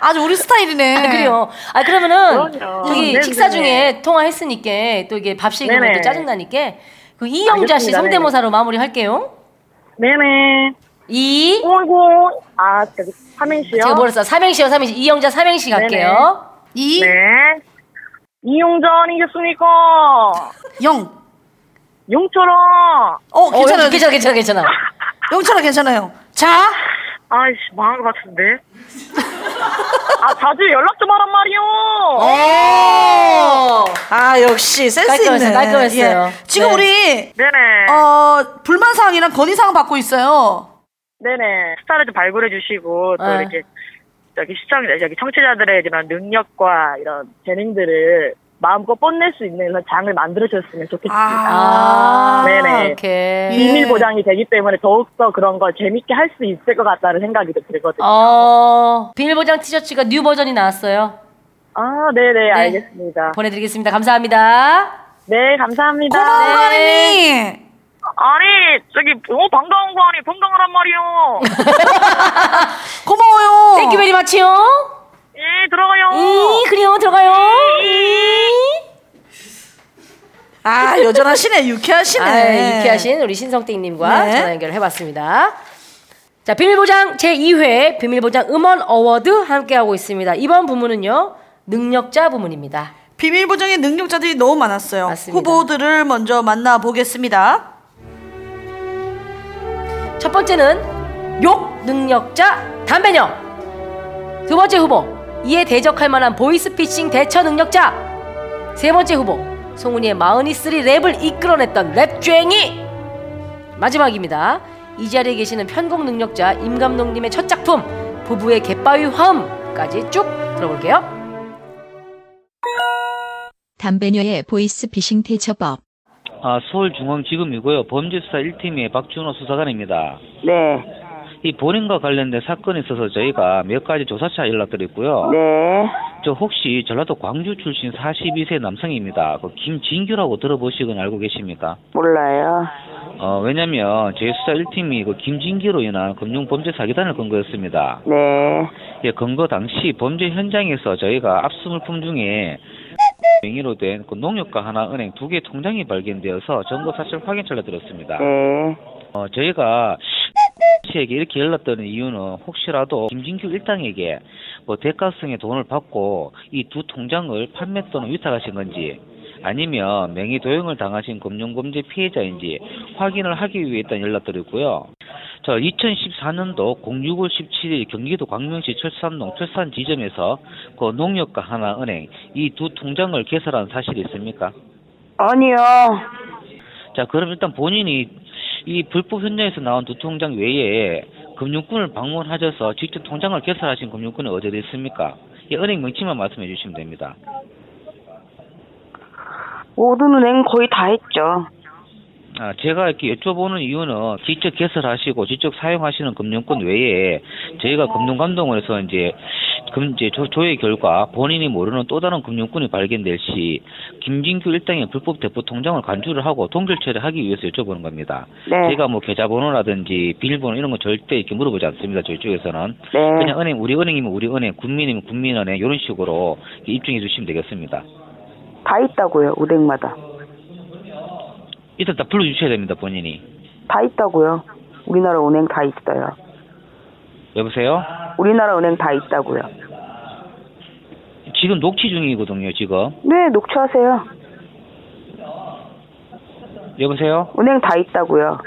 Speaker 2: 아주 우리 스타일이네.
Speaker 1: 아, 그래요. 아 그러면은
Speaker 2: 그럼요.
Speaker 1: 저기
Speaker 2: 네네네.
Speaker 1: 식사 중에 통화했으니까 또 이게 밥 식으면
Speaker 2: 네네.
Speaker 1: 또 짜증나니까 그 이영자 씨
Speaker 11: 알겠습니다.
Speaker 1: 성대모사로 마무리할게요.
Speaker 11: 네네.
Speaker 1: 이.
Speaker 11: 오이고. 아 저기 삼행시요.
Speaker 1: 제가 뭐랬어? 삼행시요, 삼행시. 이영자 삼행시 갈게요.
Speaker 2: 이.
Speaker 11: 네. 이용자 아니겠습니까?
Speaker 2: 영.
Speaker 11: 용처럼.
Speaker 2: 어 괜찮아요.
Speaker 1: 괜찮아, 괜찮아, 괜찮아.
Speaker 2: 영철아 괜찮아요. 자.
Speaker 11: 아이씨 망한 것 같은데. 아 자주 연락 좀 하란 말이요.
Speaker 2: 어.
Speaker 11: 어.
Speaker 2: 아 역시 센스
Speaker 1: 깔끔했어요,
Speaker 2: 있네.
Speaker 1: 깔끔했어요.
Speaker 2: 예. 지금
Speaker 1: 네.
Speaker 2: 우리
Speaker 11: 네네.
Speaker 2: 어 불만 사항이랑 건의 사항 받고 있어요.
Speaker 11: 네네. 스타를 좀 발굴해 주시고 또
Speaker 2: 네.
Speaker 11: 이렇게 여기 시청 여기 청취자들의 이런 능력과 이런 재능들을 마음껏 뽐낼 수 있는 그런 장을 만들어 주셨으면 좋겠습니다.
Speaker 1: 아,
Speaker 11: 네네.
Speaker 1: 오케이.
Speaker 11: 비밀 보장이 되기 때문에 더욱더 그런 걸 재밌게 할 수 있을 것 같다는 생각이 좀 들거든요.
Speaker 1: 어, 비밀보장 티셔츠가 뉴 버전이 나왔어요.
Speaker 11: 아, 네네, 알겠습니다.
Speaker 1: 보내드리겠습니다. 감사합니다.
Speaker 11: 네, 감사합니다.
Speaker 1: 고마워요, 네.
Speaker 11: 아니, 저기, 어, 반가운 거 아니, 건강하란 말이요.
Speaker 2: (laughs) 고마워요.
Speaker 1: 땡큐 베리 마치요.
Speaker 11: 예, 들어가요.
Speaker 2: 음.
Speaker 1: 이, 그래요, 들어가요.
Speaker 2: 아 여전하시네 유쾌하시네.
Speaker 1: 아, 유쾌하신 우리 신성땡님과
Speaker 2: 네.
Speaker 1: 전화 연결을 해봤습니다. 자, 비밀보장 제2회 비밀보장 음원 어워드 함께하고 있습니다. 이번 부문은요, 능력자 부문입니다.
Speaker 2: 비밀 보장의 능력자들이 너무 많았어요. 후보들을 먼저 만나보겠습니다.
Speaker 1: 첫 번째는 욕 능력자 담배녀. 두 번째 후보, 이에 대적할 만한 보이스피싱 대처 능력자. 세 번째 후보, 송은이의 마흔이쓰리 랩을 이끌어냈던 랩주행이. 마지막입니다. 이 자리에 계시는 편곡 능력자 임 감독님의 첫 작품 부부의 갯바위 화음까지 쭉 들어볼게요.
Speaker 3: 담배녀의 보이스 피싱 대처법.
Speaker 15: 아, 서울중앙지검이고요. 범죄수사 1팀의 박준호 수사관입니다.
Speaker 16: 네.
Speaker 15: 이 본인과 관련된 사건에 있어서 저희가 몇 가지 조사차 연락드렸고요.
Speaker 16: 네.
Speaker 15: 저 혹시 전라도 광주 출신 42세 남성입니다. 그 김진규라고 들어보시거나 알고 계십니까?
Speaker 16: 몰라요.
Speaker 15: 어, 왜냐면 저희 수사 1팀이 그 김진규로 인한 금융범죄 사기단을 건 거였습니다.
Speaker 16: 네.
Speaker 15: 예, 근거 당시 범죄 현장에서 저희가 압수물품 중에 명의로 된 그 농협과 하나은행 두 개 통장이 발견되어서 전고 사실 확인 전화 드렸습니다.
Speaker 16: 네.
Speaker 15: 어, 저희가 씨에게 이렇게 연락드는 이유는 혹시라도 김진규 일당에게 뭐 대가성의 돈을 받고 이 두 통장을 판매 또는 위탁하신 건지 아니면 명의 도용을 당하신 금융범죄 피해자인지 확인을 하기 위해 일단 연락드렸고요. 자, 2014년도 06월 17일 경기도 광명시 철산동 철산 지점에서 그 농협과 하나은행 이 두 통장을 개설한 사실이 있습니까?
Speaker 16: 아니요.
Speaker 15: 자, 그럼 일단 본인이 이 불법 현장에서 나온 두 통장 외에 금융권을 방문하셔서 직접 통장을 개설하신 금융권이 어디에 있습니까? 이 은행 명칭만 말씀해 주시면 됩니다.
Speaker 16: 모든 은행 거의 다 했죠.
Speaker 15: 아, 제가 이렇게 여쭤보는 이유는 직접 개설하시고 직접 사용하시는 금융권 외에 저희가 금융감독원에서 이제 금 이제 조, 조회 결과 본인이 모르는 또 다른 금융권이 발견될 시 김진규 일당의 불법 대포 통장을 간주를 하고 동결 처리하기 위해서 여쭤보는 겁니다.
Speaker 16: 네.
Speaker 15: 제가 뭐 계좌번호라든지 비밀번호 이런 거 절대 이렇게 물어보지 않습니다. 저희 쪽에서는
Speaker 16: 네.
Speaker 15: 그냥 은행 우리 은행이면 우리 은행, 국민이면 국민은행 이런 식으로 입증해 주시면 되겠습니다.
Speaker 16: 다 있다고요. 은행마다.
Speaker 15: 일단 다 불러주셔야 됩니다 본인이.
Speaker 16: 다 있다고요. 우리나라 은행 다 있어요.
Speaker 15: 여보세요?
Speaker 16: 우리나라 은행 다 있다고요.
Speaker 15: 지금 녹취 중이거든요, 지금.
Speaker 16: 네, 녹취하세요.
Speaker 15: 여보세요?
Speaker 16: 은행 다 있다고요.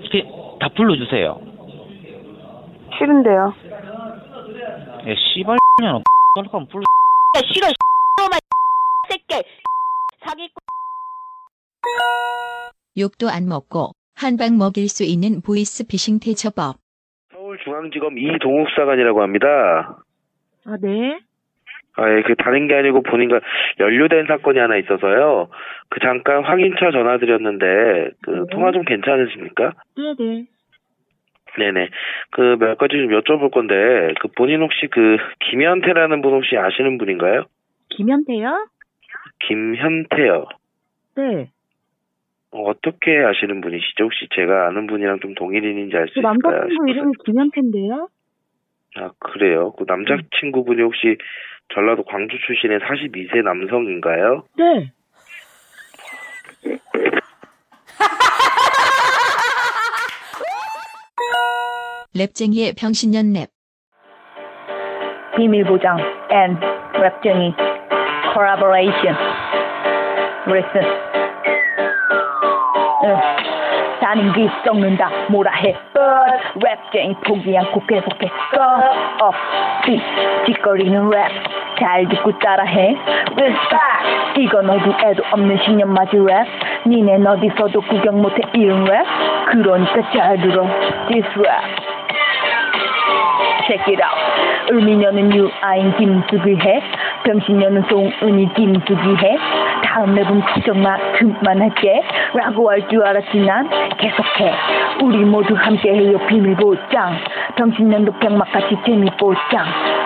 Speaker 15: 이렇게 다 불러주세요.
Speaker 16: 싫은데요.
Speaker 15: 예, 씨발, 년은 떨어가면 불러.
Speaker 8: 싫어 놈아 새끼 사기꾼
Speaker 3: 욕도 안 먹고 한 방 먹일 수 있는 보이스 피싱 대처법.
Speaker 17: 서울중앙지검 이동욱 사관이라고 합니다.
Speaker 18: 아, 네.
Speaker 17: 아, 예, 그 다른 게 아니고 본인과 연루된 사건이 하나 있어서요. 그 잠깐 확인차 전화드렸는데 그
Speaker 18: 네.
Speaker 17: 통화 좀 괜찮으십니까?
Speaker 18: 네네.
Speaker 17: 네네. 그 몇 가지 좀 여쭤볼 건데 그 본인 혹시 그 김현태라는 분 혹시 아시는 분인가요?
Speaker 18: 김현태요?
Speaker 17: 김현태요.
Speaker 18: 네.
Speaker 17: 어, 어떻게 아시는 분이시죠? 혹시 제가 아는 분이랑 좀 동일인인지 알 수
Speaker 18: 그
Speaker 17: 있을까요?
Speaker 18: 남자친구 이름이 김현태인데요?
Speaker 17: 아, 그래요?
Speaker 18: 네.
Speaker 17: 그 남자친구분이 혹시 전라도 광주 출신의 42세 남성인가요?
Speaker 18: 네.
Speaker 3: 랩쟁이의 병신년 랩.
Speaker 19: 비밀 보장 and 랩쟁이 collaboration. Listen. 응. 나는 귀 썩는다 뭐라 해 but 랩쟁이 포기 않고 계속해 go up beat 어, 짓거리는 랩잘 듣고 따라해 respect 이건 어디에도 없는 신년맞이 랩 니넨 어디서도 구경 못해 이런 랩 그러니까 잘 들어 this rap check it out. 을미녀는 유아인 김수기해. 병신녀는 송은이 김수기해. 다음 앨범 걱정마 그만할게. 라고 할 줄 알았지 난 계속해. 우리 모두 함께해요 비밀 보장. 병신년도 병맛같이 재미 보장.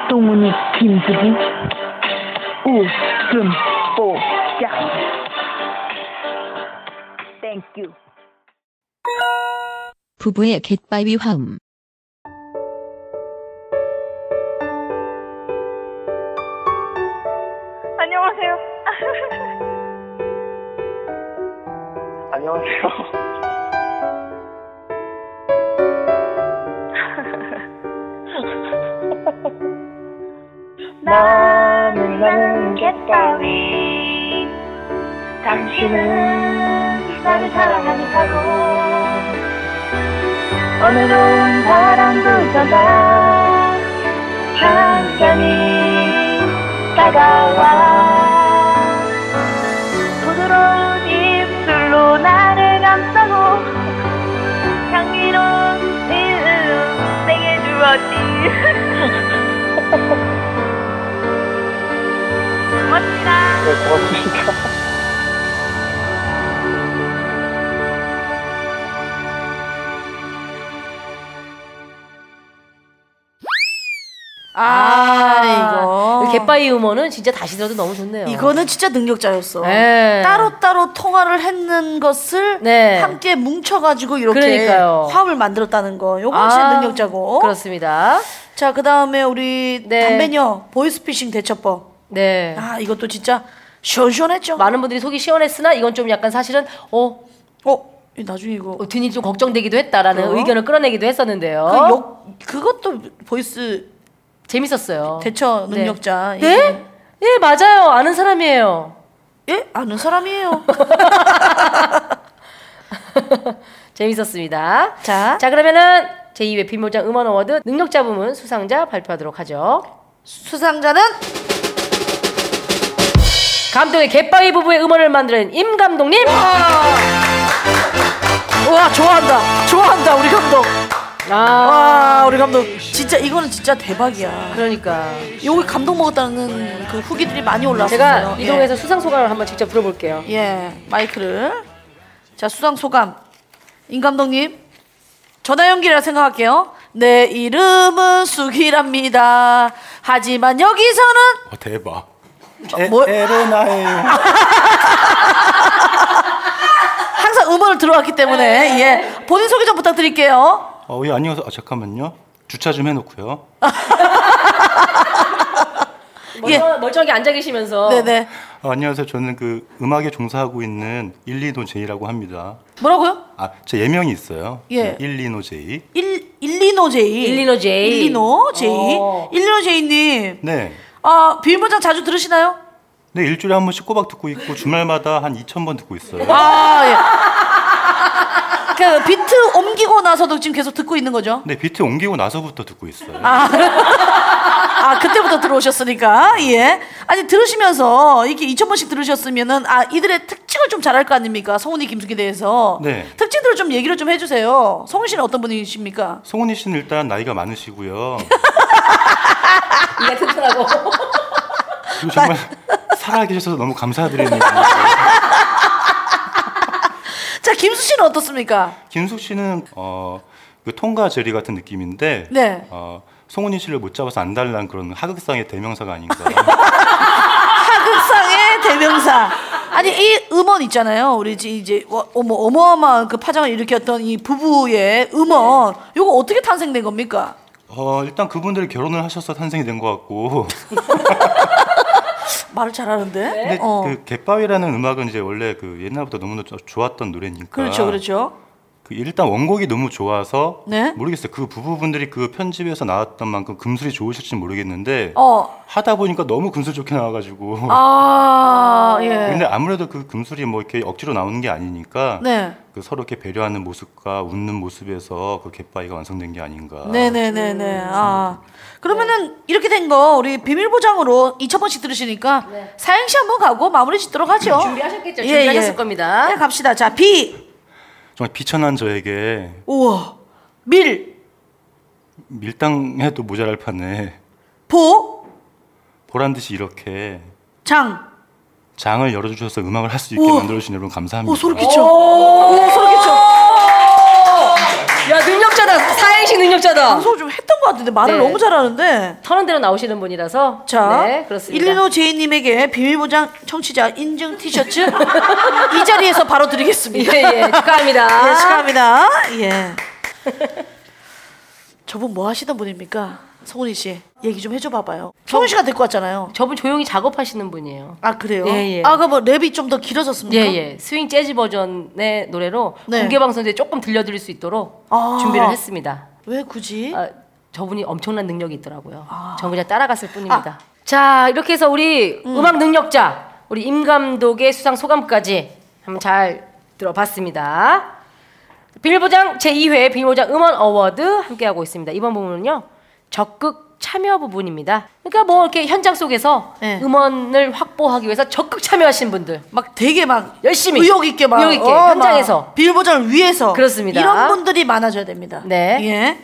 Speaker 19: 송은이 김수기 웃음 보장. Thank you.
Speaker 3: 부부의 갯바위 화음.
Speaker 14: 안녕하세요.
Speaker 20: 안녕하세요.
Speaker 14: 나는 나는 갯바위 당신은 나를 사랑하는 사고 오늘은 바람도 쏟아 천천히 다가와 부드러운 입술로 나를 감싸고 향기로운 일로 내게 주었지 (laughs) 멋지다
Speaker 1: 아,
Speaker 2: 이거.
Speaker 1: 갯바위 음원은 진짜 다시 들어도 너무 좋네요.
Speaker 2: 이거는 진짜 능력자였어.
Speaker 1: 네.
Speaker 2: 따로 따로 통화를 했는 것을
Speaker 1: 네.
Speaker 2: 함께 뭉쳐가지고 이렇게
Speaker 1: 그러니까요.
Speaker 2: 화합을 만들었다는 거. 요거 진짜
Speaker 1: 아,
Speaker 2: 능력자고.
Speaker 1: 그렇습니다.
Speaker 2: 자, 그 다음에 우리 담배녀 보이스피싱 대처법.
Speaker 1: 네.
Speaker 2: 아, 이것도 진짜 시원시원했죠.
Speaker 1: 많은 분들이 속이 시원했으나 이건 좀 약간 사실은 어,
Speaker 2: 어, 나중에 이거
Speaker 1: 뒷일 좀 걱정되기도 했다라는
Speaker 2: 어?
Speaker 1: 의견을 끌어내기도 했었는데요.
Speaker 2: 그 역, 그것도 보이스
Speaker 1: 재밌었어요.
Speaker 2: 대처 능력자.
Speaker 1: 네? 네? 예, 맞아요. 아는 사람이에요.
Speaker 2: 예? 아는 사람이에요.
Speaker 1: (laughs) 재밌었습니다.
Speaker 2: 자.
Speaker 1: 그러면은 제2회 비밀장 음원 어워드 능력자 부문 수상자 발표하도록 하죠.
Speaker 2: 수상자는
Speaker 1: 감독의 갯바위 부부의 음원을 만드는 임 감독님.
Speaker 2: 와, 좋아한다. 좋아한다, 우리 감독.
Speaker 1: 아.
Speaker 2: 와, 우리 감독. 진짜 이거는 진짜 대박이야.
Speaker 1: 그러니까.
Speaker 2: 여기 감독 먹었다는 그 후기들이 많이 올라왔어요.
Speaker 1: 제가 이동해서 수상 소감을 한번 직접 들어볼게요.
Speaker 2: 예, 마이크를. 자, 수상 소감. 임 감독님. 전화 연기라 생각할게요. 내 이름은 수기랍니다. 하지만 여기서는
Speaker 21: 아, 대박.
Speaker 2: 뭐? 에레나예요. 항상 음원을 들어왔기
Speaker 1: 네.
Speaker 2: 때문에 예. 본인 소개 좀 부탁드릴게요.
Speaker 21: 어, 예, 안녕하세요. 아, 잠깐만요. 주차 좀 해놓고요.
Speaker 1: 멀쩡, 멀쩡하게 앉아 계시면서.
Speaker 2: 예. 네네.
Speaker 21: 아, 안녕하세요. 저는 그 음악에 종사하고 있는 일리노 제이라고 합니다.
Speaker 2: 뭐라고요?
Speaker 21: 아, 제 예명이 있어요.
Speaker 2: 예.
Speaker 21: 네, 일리노 제이.
Speaker 2: 일 일리노 제이.
Speaker 1: 일리노 제이.
Speaker 2: 일리노 제이.
Speaker 21: 어.
Speaker 2: 일리노 제이님.
Speaker 21: 네.
Speaker 2: 아 비밀보장 자주 들으시나요?
Speaker 21: 네, 일주일에 한 번씩 꼬박 듣고 있고 주말마다 한 2천 번 듣고 있어요.
Speaker 2: 아 예. (laughs) 그 비트 옮기고 나서도 지금 계속 듣고 있는 거죠?
Speaker 21: 네, 비트 옮기고 나서부터 듣고 있어요.
Speaker 2: 아, (laughs) 아 그때부터 들어오셨으니까 예. 아니 들으시면서 이렇게 2천 번씩 들으셨으면은 아 이들의 특징을 좀 잘할 거 아닙니까? 성훈이 김숙에 대해서
Speaker 21: 네.
Speaker 2: 특징들을 좀 얘기를 좀 해주세요. 성훈 씨는 어떤 분이십니까?
Speaker 21: 송은이 씨는 일단 나이가 많으시고요.
Speaker 1: 이가 튼튼하고.
Speaker 21: 그리고
Speaker 2: (laughs)
Speaker 21: 정말 살아계셔서 너무 감사드립니다.
Speaker 2: 자 김수 씨는 어떻습니까?
Speaker 21: 김숙 씨는 어, 그 통과 제리 같은 느낌인데
Speaker 2: 네.
Speaker 21: 어,
Speaker 2: (laughs)
Speaker 21: 송은이 씨를 못 잡아서 안달난 그런 하극상의 대명사가 아닌가.
Speaker 2: 하극상의 대명사. 아니 이 음원 있잖아요. 우리 지- 이제 와- 어머 어마어마한 그 파장을 일으켰던 이 부부의 음원. 요거 어떻게 탄생된 겁니까?
Speaker 21: 어, 일단 그분들이 결혼을 하셔서 탄생이 된 것
Speaker 2: (laughs)
Speaker 21: 같고
Speaker 2: 말을 잘하는데.
Speaker 1: 네.
Speaker 21: 근데
Speaker 2: 어.
Speaker 21: 그 갯바위라는 음악은 이제 원래 그 옛날부터 너무나 저- 좋았던 노래니까
Speaker 2: 그렇죠, 그렇죠.
Speaker 21: 그 일단 원곡이 너무 좋아서
Speaker 2: 네.
Speaker 21: 모르겠어요 그 부부분들이 그 편집에서 나왔던 만큼 금술이 좋으실지 모르겠는데
Speaker 2: 어.
Speaker 21: 하다 보니까 너무 금술 좋게 나와가지고
Speaker 2: 아 예.
Speaker 21: 근데 아무래도 그 금술이 뭐 이렇게 억지로 나오는 게 아니니까
Speaker 2: 네.
Speaker 21: 그 서로 이렇게 배려하는 모습과 웃는 모습에서 그 갯바위가 완성된 게 아닌가 음.
Speaker 2: 네네네네.
Speaker 1: 음,
Speaker 2: 아 그러면은 이렇게 된 거 우리 비밀 보장으로 2천 번씩 들으시니까 사행시 한번 가고 마무리 짓도록 하죠.
Speaker 1: 네. 준비하셨겠죠? 준비하셨을
Speaker 2: 겁니다. 갑시다. 자 비.
Speaker 21: 정말 비천한 저에게
Speaker 2: 우와. 밀.
Speaker 21: 밀당해도 모자랄 판에
Speaker 2: 보.
Speaker 21: 보란 듯이 이렇게
Speaker 2: 장.
Speaker 21: 장을 열어주셔서 음악을 할 수 있게
Speaker 2: 우와.
Speaker 21: 만들어주신 여러분 감사합니다.
Speaker 1: 오,
Speaker 2: 소름 끼쳐.
Speaker 1: 야 능력자다. 사행시 능력자다.
Speaker 2: 방송 좀 했던 것 같은데 말을
Speaker 1: 네.
Speaker 2: 너무 잘하는데.
Speaker 1: 터는 대로 나오시는 분이라서.
Speaker 2: 자,
Speaker 1: 네, 그렇습니다.
Speaker 2: 일리노 제이님에게 비밀보장 청취자 인증 티셔츠 (laughs) 이 자리에서 바로 드리겠습니다.
Speaker 1: (laughs) 예, 예, 축하합니다.
Speaker 2: 예, 축하합니다. 예. 저분 뭐 하시던 분입니까? 성훈이 씨 얘기 좀 해줘봐봐요. 성훈 씨가 데리고 왔잖아요.
Speaker 1: 저분 조용히 작업하시는 분이에요.
Speaker 2: 아 그래요?
Speaker 1: 예, 예.
Speaker 2: 아까 뭐 랩이 좀 더 길어졌습니까?
Speaker 1: 예, 예. 스윙 재즈 버전의 노래로
Speaker 2: 네.
Speaker 1: 공개 방송에 조금 들려드릴 수 있도록
Speaker 2: 아.
Speaker 1: 준비를 했습니다.
Speaker 2: 왜 굳이?
Speaker 1: 어, 저분이 엄청난 능력이 있더라고요.
Speaker 2: 아.
Speaker 1: 전 그냥 따라갔을 뿐입니다. 자, 이렇게 해서 우리 음. 악 능력자 우리 임 감독의 수상 소감까지 한번 잘 들어봤습니다. 빌보장 제2회 빌보장 음원 어워드 함께하고 있습니다. 이번 부분은요. 적극 참여 부분입니다. 그러니까 뭐 이렇게 현장 속에서 음원을 확보하기 위해서 적극 참여하신 분들
Speaker 2: 네. 막 되게 막
Speaker 1: 열심히
Speaker 2: 의욕 있게 막
Speaker 1: 의욕 있게
Speaker 2: 어, 막
Speaker 1: 현장에서
Speaker 2: 빌보장을 위해서
Speaker 1: 그렇습니다.
Speaker 2: 이런 분들이 많아져야 됩니다. 네. 예.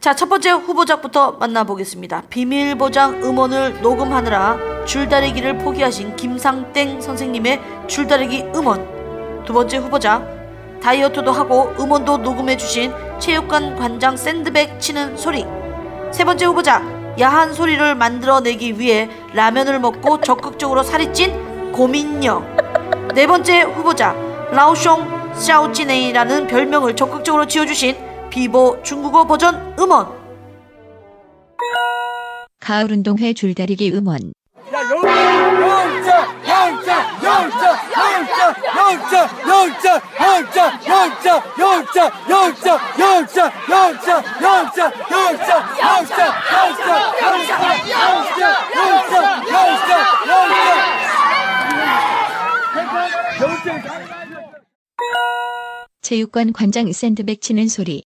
Speaker 2: 자, 첫 번째 후보작부터 만나보겠습니다. 비밀보장 음원을 녹음하느라 줄다리기를 포기하신 김상땡 선생님의 줄다리기 음원. 두 번째 후보작. 다이어트도 하고 음원도 녹음해주신 체육관 관장 샌드백 치는 소리. 세 번째 후보자. 야한 소리를 만들어내기 위해 라면을 먹고 적극적으로 살이 찐 고민녀. 네 번째 후보자 라오숑 샤오찌네이라는 별명을 적극적으로 지어주신 비보 중국어 버전 음원
Speaker 3: 가을 운동회 줄다리기 음원.
Speaker 20: 야, 영자, 영자, 영자, 영자, 영자, 영자, 영자, 영자, 영자, 영자, 영자, 영자, 영자, 영자, 영자, 영자, 영자, 영자, 영자, 영자.
Speaker 3: 체육관 관장 샌드백 치는 소리.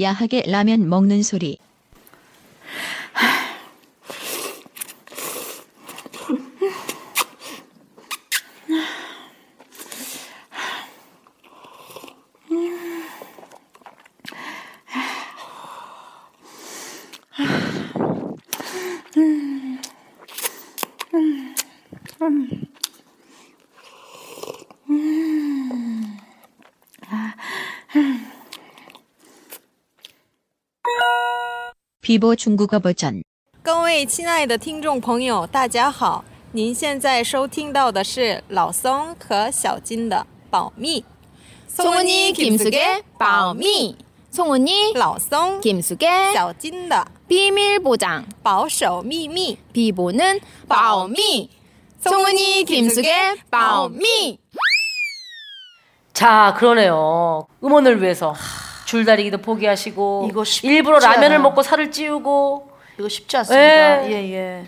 Speaker 3: 야하게 라면 먹는 소리. 비보 중국어 버전.
Speaker 22: 各位亲爱的听众朋友，大家好！您现在收听到的是老松和小金的保密。
Speaker 8: 송은이 김숙의 保密
Speaker 22: 송은이老松 김숙의 小金的 비밀 보장保守秘密 비보는 保密 송은이 김숙의 保密。
Speaker 1: 자, 그러네요. 음원을 위해서 줄다리기도 포기하시고 일부러
Speaker 2: 않아요.
Speaker 1: 라면을 먹고 살을 찌우고
Speaker 2: 이거 쉽지 않습니다.
Speaker 1: 예.
Speaker 2: 예예.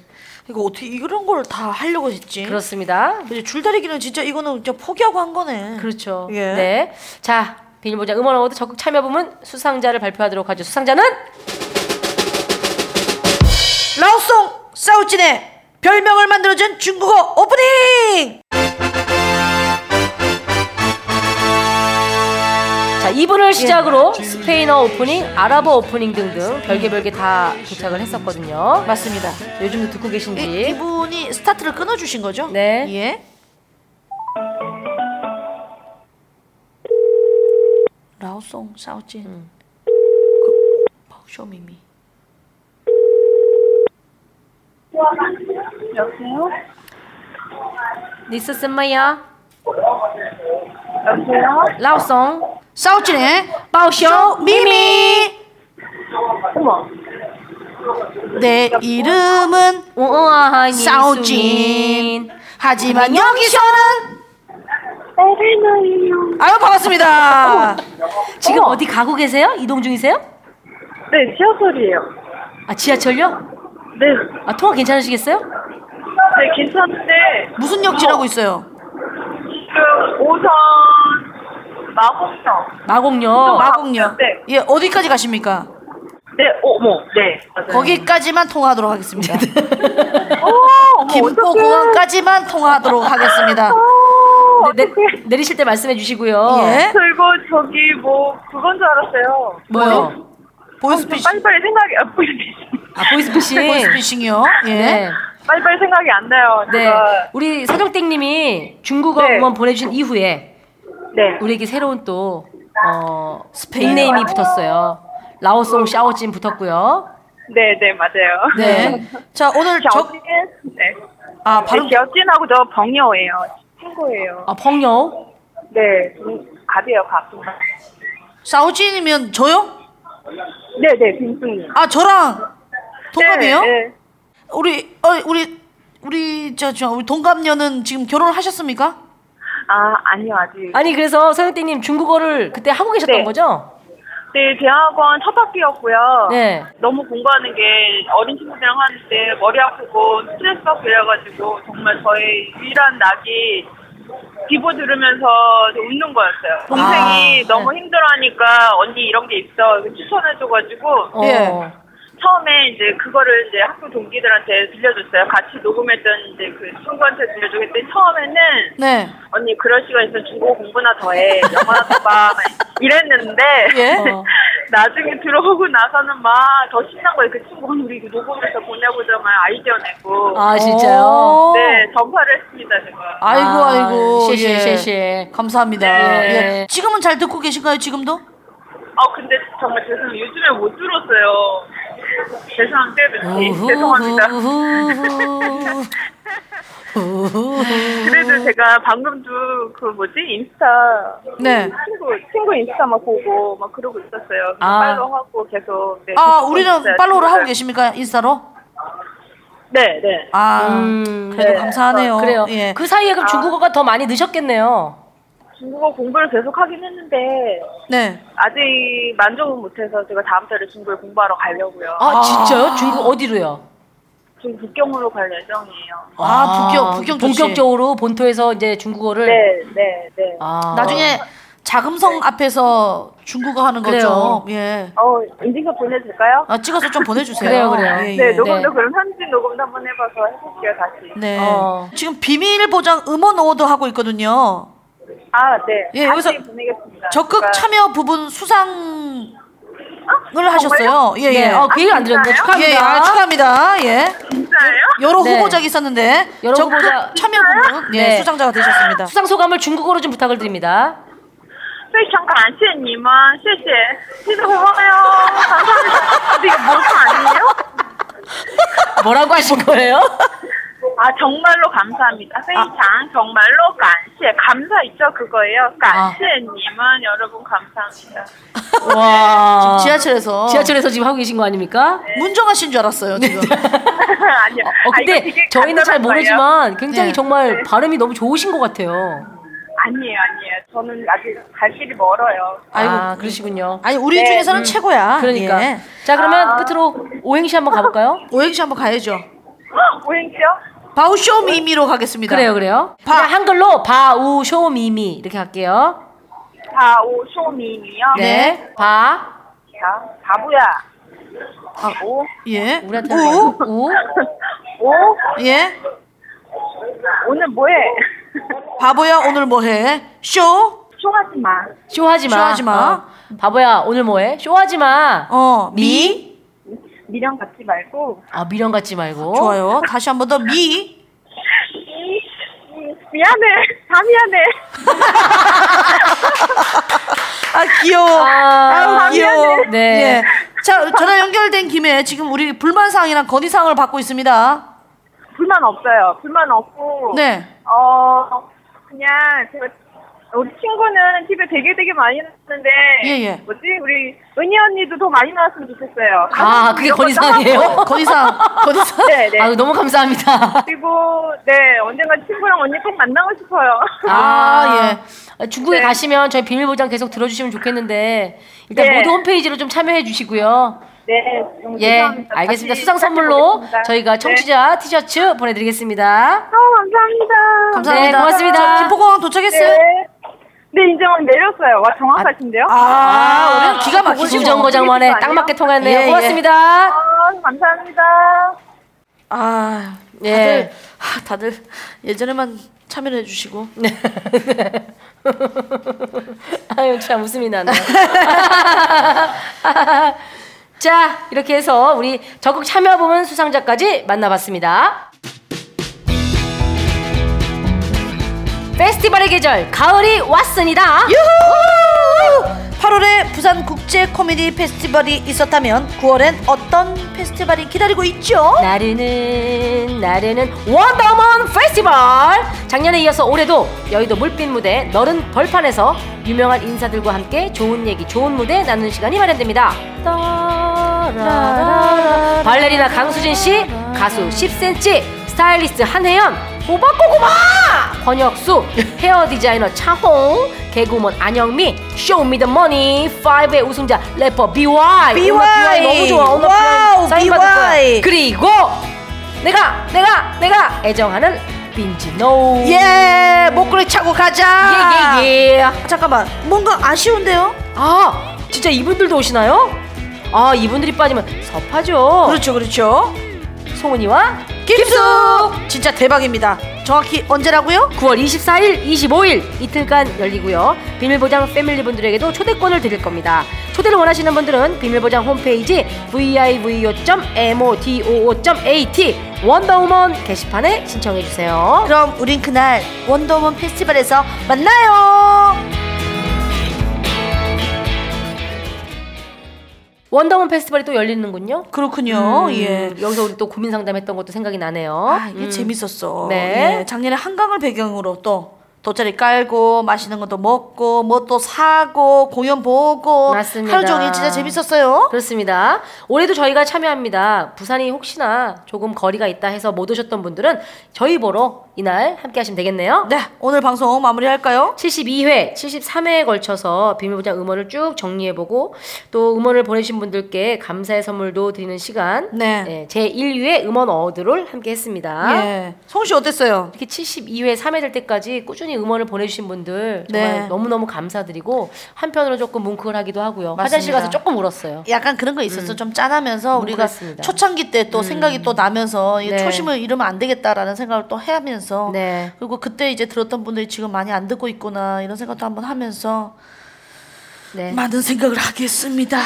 Speaker 2: 이거 어떻게 이런 걸 다 하려고 했지?
Speaker 1: 그렇습니다.
Speaker 2: 이제 줄다리기는 진짜 이거는 진짜 포기하고 한 거네.
Speaker 1: 그렇죠.
Speaker 2: 예.
Speaker 1: 네. 자, 비밀보장 음원 어워드 적극 참여 부문 수상자를 발표하도록 하죠. 수상자는
Speaker 2: 라오송 사우진의 별명을 만들어준 중국어 오프닝.
Speaker 1: 자, 이분을 시작으로
Speaker 2: 예.
Speaker 1: 스페인어 오프닝, 아랍어 오프닝 등등 별개 별개 다 도착을 했었거든요.
Speaker 2: 맞습니다.
Speaker 1: 요즘도 듣고 계신지.
Speaker 2: 네. 예. 이, 분이 스타트를 끊어주신 거죠?
Speaker 1: 네.
Speaker 2: 예. 라오송 사오진 그, 쇼미미
Speaker 1: 여보세요? 니스 쓴마야?
Speaker 11: 여보세요?
Speaker 1: 라오송
Speaker 2: 사오진의
Speaker 1: 빠오쇼 미미
Speaker 11: 어머
Speaker 2: 내 이름은
Speaker 1: 우아한
Speaker 2: 사오진 하지만 여기서는
Speaker 1: 아유
Speaker 14: 어.
Speaker 1: 반갑습니다. 지금 어디 가고 계세요? 이동 중이세요?
Speaker 11: 네 지하철이에요.
Speaker 1: 아 지하철요?
Speaker 11: 네.
Speaker 1: 아 통화 괜찮으시겠어요?
Speaker 11: (laughs) 네 괜찮은데
Speaker 2: 무슨 역지라고 있어요?
Speaker 11: 지금 오선 어, 마곡역
Speaker 1: 마곡역.
Speaker 2: 마곡역. 네. 예 어디까지 가십니까?
Speaker 11: 네 어머 네 맞아요.
Speaker 2: 거기까지만 통화하도록 하겠습니다.
Speaker 1: 어떡해.
Speaker 2: 김포공항까지만 통화하도록 하겠습니다.
Speaker 1: 네, 네, 내리실 때 말씀해
Speaker 2: 어.
Speaker 1: 주시고요.
Speaker 11: 예.
Speaker 2: 예?
Speaker 11: 그리고 저기 뭐 그건 줄 알았어요.
Speaker 1: 뭐요?
Speaker 2: 보이스피싱.
Speaker 11: 빨리빨리 생각이 아, 보이스피싱. 네.
Speaker 1: 아
Speaker 11: (laughs)
Speaker 1: 보이스피싱.
Speaker 2: 보이스피싱이요? 예.
Speaker 11: 빨리빨리 생각이 안 나요.
Speaker 1: 네.
Speaker 11: 제가 네.
Speaker 1: 우리 서경땡님이 중국어 응원 보내주신 이후에 우리에게 새로운 또 어, 닉네임이 붙었어요. 라오송 샤오진 붙었고요.
Speaker 11: 네, 네, 맞아요. (laughs)
Speaker 1: 네.
Speaker 2: 자, 오늘
Speaker 11: 저 네.
Speaker 2: 아,
Speaker 11: 바로 겨진하고 저 벙여예요. 친구예요.
Speaker 1: 아, 펑요?
Speaker 11: 네. 갑이에요, 갑.
Speaker 2: 사오진이면 저요?
Speaker 11: 네, 네, 빈승님.
Speaker 2: 아 저랑 동갑이에요?
Speaker 11: 네, 네.
Speaker 2: 우리 어 우리 우리 저 저 우리 동갑녀는 지금 결혼을 하셨습니까?
Speaker 11: 아, 아니요, 아직.
Speaker 1: 아니 그래서 서경땡님 중국어를 그때 하고 계셨던
Speaker 11: 네.
Speaker 1: 거죠?
Speaker 11: 네, 대학원 첫 학기였고요.
Speaker 1: 네.
Speaker 11: 너무 공부하는 게 어린 친구들이랑 하는데 머리 아프고 스트레스 받고 이래가지고 정말 저의 유일한 낙이 비보 들으면서 웃는 거였어요. 동생이
Speaker 1: 아,
Speaker 11: 너무 힘들어하니까 언니 이런 게 있어 추천해줘가지고
Speaker 1: 예.
Speaker 11: 처음에 이제 그거를 이제 학교 동기들한테 들려줬어요. 같이 녹음했던 이제 그 친구한테 들려주고 했더니 처음에는
Speaker 2: 네.
Speaker 11: 언니 그럴 시간 있으면 중국어 공부나 더해 영어나 더봐 이랬는데
Speaker 2: 예?
Speaker 11: (laughs) 나중에 들어오고 나서는 막 더 신난 거예요. 그 친구 언니 우리 이거 녹음해서 보내보자 막 아이디어 내고
Speaker 1: 아, 진짜요?
Speaker 11: 네 전파를 했습니다 제가.
Speaker 2: 아이고
Speaker 1: 아,
Speaker 2: 아, 이고 예.
Speaker 1: 셰시, 셰시.
Speaker 2: 감사합니다.
Speaker 11: 네.
Speaker 2: 예. 지금은 잘 듣고 계신가요 지금도?
Speaker 11: 아 근데 정말 죄송해요. 요즘에 못 들었어요. 죄송한데 며칠 죄송합니다. (laughs) 그래도 제가 방금도 그 뭐지 인스타
Speaker 2: 네.
Speaker 11: 친구 친구 인스타 막 보고 막 그러고 있었어요.
Speaker 2: 아.
Speaker 11: 팔로우하고 계속. 네,
Speaker 2: 아
Speaker 11: 계속
Speaker 2: 우리는
Speaker 11: 있어요.
Speaker 2: 팔로우를 하고
Speaker 11: 진짜.
Speaker 2: 계십니까 인스타로?
Speaker 11: 네, 네.
Speaker 2: 아 그래도 감사하네요.
Speaker 1: 그래요.
Speaker 2: 예.
Speaker 1: 그 사이에
Speaker 11: 아.
Speaker 1: 그럼 중국어가 더 많이 느셨겠네요.
Speaker 11: 중국어 공부를 계속 하긴 했는데
Speaker 2: 네.
Speaker 11: 아직 만족은 못해서 제가 다음 달에 중국에 공부하러 가려고요.
Speaker 1: 아, 진짜요? 중국 어디로요?
Speaker 11: 지금 북경으로 갈 예정이에요.
Speaker 2: 아, 북경, 북경 좋지.
Speaker 1: 본격적으로 본토에서 이제 중국어를
Speaker 11: 네, 네, 네.
Speaker 1: 아.
Speaker 2: 나중에 자금성 앞에서 중국어 하는
Speaker 1: 그래요.
Speaker 2: 거죠. 예.
Speaker 11: 어 인증서 보내줄까요?
Speaker 2: 아, 찍어서 좀 보내주세요.
Speaker 1: 그래요, 그래요.
Speaker 2: 예, 예.
Speaker 11: 네, 녹음도 그럼 현지 녹음도 한번 해봐서 해볼게요 다시.
Speaker 2: 네.
Speaker 11: 어.
Speaker 2: 지금 비밀 보장 음원 어워드 하고 있거든요.
Speaker 11: 아, 네.
Speaker 2: 예,
Speaker 11: 다시
Speaker 2: 여기서
Speaker 11: 보내겠습니다.
Speaker 2: 적극
Speaker 11: 제가-
Speaker 2: 참여 부분 수상을
Speaker 11: 정말요?
Speaker 2: 하셨어요. 예, 예.
Speaker 1: 아, 네. 어, 그 얘기를 안 드렸네.
Speaker 2: 진짜요?
Speaker 1: 축하합니다.
Speaker 2: 예, 예. 아, 축하합니다. 예.
Speaker 11: 진짜예요?
Speaker 2: 여러
Speaker 1: 네.
Speaker 2: 후보작이 있었는데
Speaker 1: 여러
Speaker 2: 적극
Speaker 1: 후보작-
Speaker 2: 참여 부분 예,
Speaker 1: 네.
Speaker 2: 수상자가 되셨습니다.
Speaker 1: 수상 소감을 중국어로 좀 부탁을 드립니다.
Speaker 11: 非常感谢你们，谢谢，谢谢고마워요 감사합니다. 근데 이게 뭘거 아니에요?
Speaker 1: 뭐라고 하신 거예요?
Speaker 11: 아 정말로 감사합니다. 非常
Speaker 2: 아.
Speaker 11: 정말로 감사 감사 있죠 그거예요. 감사님은
Speaker 2: 아.
Speaker 11: 여러분
Speaker 2: (laughs)
Speaker 11: 감사합니다. (laughs)
Speaker 1: 와.
Speaker 2: 지금 지하철에서.
Speaker 1: 지하철에서 지금 하고 계신 거 아닙니까?
Speaker 2: 네. 문정아 씨인 줄 알았어요, 지금.
Speaker 11: 아니요.
Speaker 1: 어,
Speaker 11: 네. 아, 이거
Speaker 1: 근데
Speaker 11: 되게
Speaker 1: 저희는 잘
Speaker 11: 간단한
Speaker 1: 모르지만
Speaker 11: 거예요.
Speaker 1: 굉장히
Speaker 11: 네.
Speaker 1: 정말
Speaker 11: 네.
Speaker 1: 발음이 너무 좋으신 것 같아요.
Speaker 11: 아니에요 아니에요. 저는 아직 갈 길이 멀어요.
Speaker 1: 아,
Speaker 2: 음.
Speaker 1: 그러시군요. 네. 음.
Speaker 2: 아니, 우리 중에서는 최고야.
Speaker 1: 그러니까.
Speaker 2: 예.
Speaker 1: 자, 그러면
Speaker 11: 아,
Speaker 1: 끝으로 오행시 한번 가볼까요?
Speaker 2: 오행시 한번 가야죠.
Speaker 11: 오행시요?
Speaker 2: 바우쇼미미로 가겠습니다.
Speaker 1: 그래요, 그래요. 그냥 한글로 바우쇼미미 이렇게 할게요.
Speaker 11: 다오쇼미미요.
Speaker 1: 네. 바.
Speaker 11: 자 바보야. 오.
Speaker 2: 예.
Speaker 1: 우리한테
Speaker 2: 오.
Speaker 1: 오.
Speaker 11: 오.
Speaker 2: 예.
Speaker 11: 오늘 뭐해?
Speaker 2: 바보야 오늘 뭐 해? 쇼?
Speaker 11: 쇼하지 마.
Speaker 1: 쇼하지 마.
Speaker 2: 쇼하지 마.
Speaker 1: 어. 바보야, 오늘 뭐 해? 쇼하지 마.
Speaker 2: 어, 미?
Speaker 11: 미련 갖지 말고
Speaker 1: 아, 미련 갖지 말고.
Speaker 2: 좋아요. 다시 한 번 더 미.
Speaker 11: 이, 이, 미안해 다 미안해
Speaker 2: 아, 아 귀여워. 아,
Speaker 1: 아,
Speaker 2: 우 귀여워.
Speaker 1: 네.
Speaker 2: 예. 자 전화 연결된 김에 지금 우리 불만 사항이랑 건의 사항을 받고 있습니다.
Speaker 11: 불만 없어요. 불만 없고.
Speaker 2: 네.
Speaker 11: 어, 그냥 제가 우리 친구는 TV 되게 되게 많이 나왔는데
Speaker 2: 예, 예.
Speaker 11: 뭐지 우리 은희 언니도 더 많이 나왔으면 좋겠어요.
Speaker 1: 아, 그게 건의
Speaker 11: (laughs)
Speaker 1: 사항이에요? 건의 사항, 건의 (laughs) 사항.
Speaker 11: 네, 네.
Speaker 1: 아유, 너무 감사합니다.
Speaker 11: 그리고 네 언젠가 친구랑 언니 꼭 만나고 싶어요. (laughs) 네.
Speaker 1: 아, 예. 중국에 가시면 저희 비밀보장 계속 들어주시면 좋겠는데 일단
Speaker 11: 네.
Speaker 1: 모두 홈페이지로 좀 참여해 주시고요.
Speaker 11: 네. 너무
Speaker 1: 예,
Speaker 11: 죄송합니다.
Speaker 1: 알겠습니다.
Speaker 11: 다시
Speaker 1: 수상 선물로
Speaker 11: 살펴보겠습니다. 네. 어,
Speaker 1: 저희가 청취자 티셔츠 보내드리겠습니다.
Speaker 11: 감사합니다.
Speaker 1: 감사합니다. 네, 고맙습니다.
Speaker 2: 김포공항 도착했어요?
Speaker 11: 네. 네, 이제 오늘 내렸어요. 와, 정확하신데요? 아,
Speaker 2: 아, 우리는 기가 막히죠.
Speaker 1: 정거장만에 딱 맞게 통했네요.
Speaker 2: 예, 예.
Speaker 1: 고맙습니다.
Speaker 11: 아, 감사합니다.
Speaker 2: 아
Speaker 1: 예.
Speaker 2: 다들 아, 다들 예전에만 참여를 해주시고.
Speaker 11: 네.
Speaker 2: (laughs)
Speaker 1: 아유 참 웃음이 나네. (laughs) 자 이렇게 해서 우리 적극 참여 부문 수상자까지 만나봤습니다. 페스티벌의 계절 가을이 왔습니다.
Speaker 2: 유후! 8월에 부산 국제 코미디 페스티벌이 있었다면 9월엔 어떤 페스티벌이 기다리고 있죠?
Speaker 1: 나르는 나르는 원더먼 페스티벌 작년에 이어서 올해도 여의도 물빛 무대 너른 벌판에서 유명한 인사들과 함께 좋은 얘기 좋은 무대 나누는 시간이 마련됩니다 따라라라. 발레리나 강수진 씨 가수 10cm 스타일리스트 한혜연 호박고구마 권혁수 헤어 디자이너 차홍 개그우먼 안영미 쇼미더머니 5의 우승자 래퍼 BY
Speaker 2: BY.
Speaker 1: 너무 좋아 오늘
Speaker 2: 와우,
Speaker 1: 사인 받을
Speaker 2: BY.
Speaker 1: 거야. 그리고 내가 내가 내가 애정하는 빈지노
Speaker 2: 예, 목걸이 차고 가자.
Speaker 1: 예예예
Speaker 2: 아, 잠깐만, 뭔가 아쉬운데요?
Speaker 1: 아 진짜 이분들도 오시나요? 아 이분들이 빠지면 섭하죠
Speaker 2: 그렇죠, 그렇죠.
Speaker 1: 송은이와
Speaker 2: 김숙 진짜 대박입니다. 정확히 언제라고요?
Speaker 1: 9월 24일, 25일 이틀간 열리고요. 비밀보장 패밀리분들에게도 초대권을 드릴 겁니다. 초대를 원하시는 분들은 비밀보장 홈페이지 vivo.modoo.at 원더우먼 게시판에 신청해 주세요.
Speaker 2: 그럼 우린 그날 원더우먼 페스티벌에서 만나요.
Speaker 1: 원더우먼 페스티벌이 또 열리는군요.
Speaker 2: 그렇군요.
Speaker 1: 음,
Speaker 2: 예.
Speaker 1: 여기서 우리 또 고민 상담했던 것도 생각이 나네요.
Speaker 2: 아, 이게
Speaker 1: 음.
Speaker 2: 재밌었어.
Speaker 1: 네.
Speaker 2: 예, 작년에 한강을 배경으로 또 돗자리 깔고 맛있는 것도 먹고 뭐 또 사고 공연 보고
Speaker 1: 맞습니다.
Speaker 2: 하루 종일 진짜 재밌었어요.
Speaker 1: 그렇습니다. 올해도 저희가 참여합니다. 부산이 혹시나 조금 거리가 있다 해서 못 오셨던 분들은 저희 보러 이날 함께 하시면 되겠네요.
Speaker 2: 네, 오늘 방송 마무리할까요?
Speaker 1: 72회, 73회에 걸쳐서 비밀보장 음원을 쭉 정리해보고 또 음원을 보내신 분들께 감사의 선물도 드리는 시간
Speaker 2: 네.
Speaker 1: 제1회 음원 어워드를 함께 했습니다.
Speaker 2: 예. 성우 씨 어땠어요?
Speaker 1: 이렇게 72회, 3회 될 때까지 꾸준히 음원을 보내주신 분들 정말
Speaker 2: 네.
Speaker 1: 너무너무 감사드리고 한편으로 조금 뭉클하기도 하고요.
Speaker 2: 맞습니다.
Speaker 1: 화장실 가서 조금 울었어요. 음.
Speaker 2: 약간 그런 거 있었어. 좀 짠하면서 우리가
Speaker 1: 뭉클했습니다. 음.
Speaker 2: 초창기 때 또 생각이 또 나면서 이
Speaker 1: 네.
Speaker 2: 초심을 잃으면 안 되겠다라는 생각을 또 하면서
Speaker 1: 네.
Speaker 2: 그리고 그때 이제 들었던 분들이 지금 많이 안 듣고 있구나 이런 생각도 한번 하면서
Speaker 1: 네.
Speaker 2: 많은 생각을 하겠습니다.
Speaker 1: 네.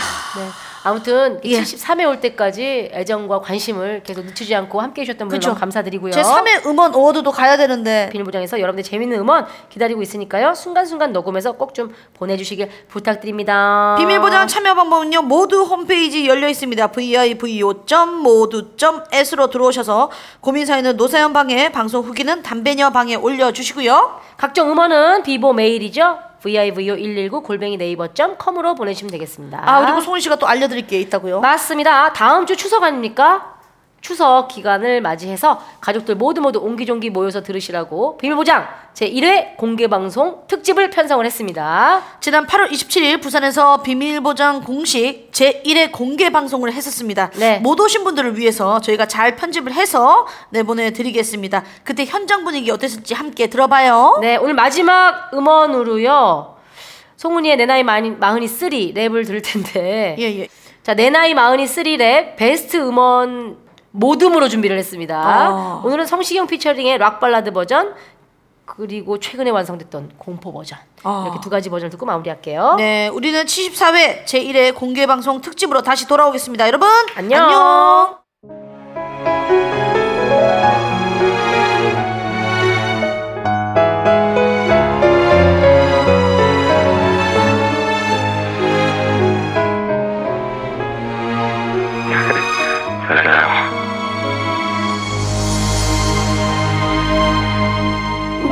Speaker 1: 아무튼
Speaker 2: 예.
Speaker 1: 73회 올 때까지 애정과 관심을 계속 늦추지 않고 함께 해주셨던 분들
Speaker 2: 그쵸.
Speaker 1: 너무 감사드리고요.
Speaker 2: 제 3회 음원 어워드도 가야 되는데
Speaker 1: 비밀보장에서 여러분들 재밌는 음원 기다리고 있으니까요. 순간순간 녹음해서 꼭 좀 보내주시길 부탁드립니다.
Speaker 2: 비밀보장 참여 방법은요 모두 홈페이지 열려 있습니다 vivo.모두.s로 들어오셔서 고민 사연은 노사연 방에 방송 후기는 담배녀 방에 올려주시고요
Speaker 1: 각종 음원은 비보 메일이죠. vivo119 골뱅이 네이버.com으로 보내주시면 되겠습니다.
Speaker 2: 아 그리고 소은 씨가 또 알려드릴 게 있다고요
Speaker 1: 맞습니다. 다음 주 추석 아닙니까? 추석 기간을 맞이해서 가족들 모두 모두 옹기종기 모여서 들으시라고 비밀보장 제1회 공개방송 특집을 편성을 했습니다.
Speaker 2: 지난 8월 27일 부산에서 비밀보장 공식 제1회 공개 방송을 했었습니다
Speaker 1: 네.
Speaker 2: 못 오신 분들을 위해서 저희가 잘 편집을 해서 내보내드리겠습니다 그때 현장 분위기 어땠을지 함께 들어봐요
Speaker 1: 네, 오늘 마지막 음원으로요. 송은이의 내 나이 마흔이, 마흔이 쓰리 랩을 들을 텐데.
Speaker 2: (laughs) 예 예.
Speaker 1: 자, 내 나이 마흔이 쓰리 랩 베스트 음원 모듬으로 준비를 했습니다.
Speaker 2: 아.
Speaker 1: 오늘은 성시경 피처링의 락 발라드 버전 그리고 최근에 완성됐던 공포 버전
Speaker 2: 아.
Speaker 1: 이렇게 두 가지 버전을 듣고 마무리할게요.
Speaker 2: 네, 우리는 74회 제1회 공개 방송 특집으로 다시 돌아오겠습니다. 여러분,
Speaker 1: 안녕.
Speaker 2: 안녕.
Speaker 20: 내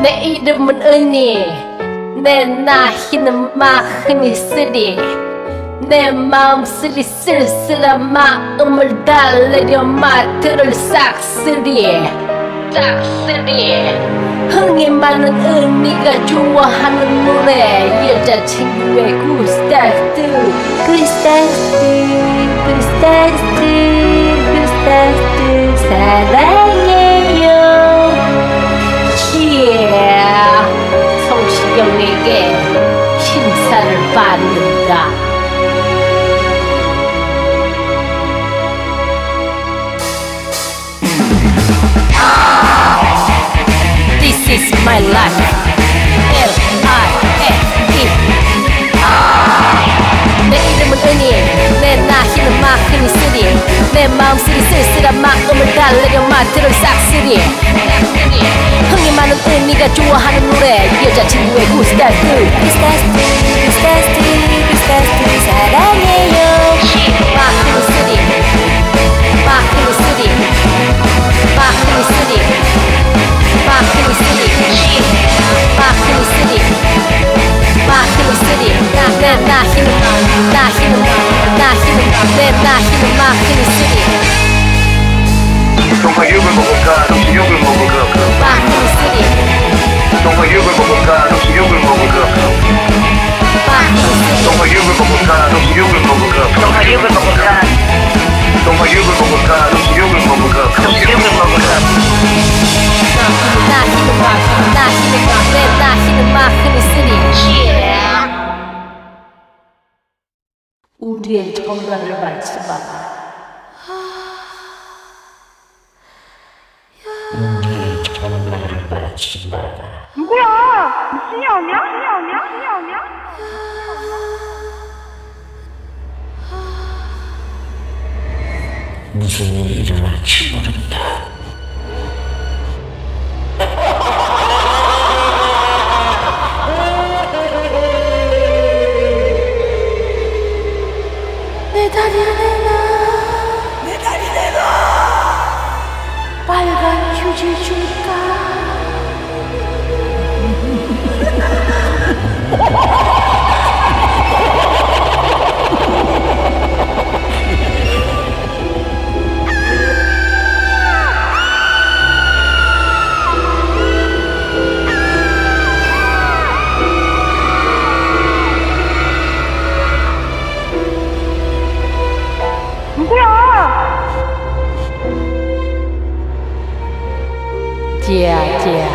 Speaker 14: 내 이름은 은희 내 나이는 마흔이 쓰리 내 마음 쓰리 쓸쓸한 마음을 달래려 마트를 싹쓸이 싹쓸이 흥이 많은 은희가 좋아하는 노래 여자친구의 구스타트 구스타트 구스타트 구스타트 사랑해요 yeah. 성시경에게 심사를 받는다 This is my life. L I F E. 내 이름은 은희. 내 나이는 마흔이 쓰리. 내 마음 쓰리 쓸쓸한 마음을 달래려 마트를 싹쓸이. 흥이 많은 은희가 좋아하는 노래 여자친구의 구스타스 구스타스 구스타스 구스타스 사랑해요 마흔이 쓰리 마흔이 쓰리 마흔이 쓰리 마크니 쓰리 마크니 쓰리 마크니 쓰리 나내 나힘 나힘 나힘 내 나힘 마크니 쓰리
Speaker 9: 정말 욕을 먹을까? 혹시 욕을 먹을까?
Speaker 14: 마크니 쓰리
Speaker 9: 정말 욕을 먹을까? 혹시 욕을 먹을까? 정말 욕을 먹을까? 혹시 욕을 먹을까? 정말 욕을 먹을까? 정말 욕을 먹을까? 혹시 욕을 먹을까? 혹시 욕을 먹을까?
Speaker 14: 나힘 나힘 내 나힘 마크니 쓰리 우리의 전화를 받지 마.
Speaker 23: 누구야? 미친이 아니야? 미친이 아니야? 미친이 아니야?
Speaker 9: 무슨 일이 일어날지 모른다.
Speaker 23: 내 다리 내놔 내 다리 내놔 빨간 휴지 줄까 누구야
Speaker 14: Dear, dear,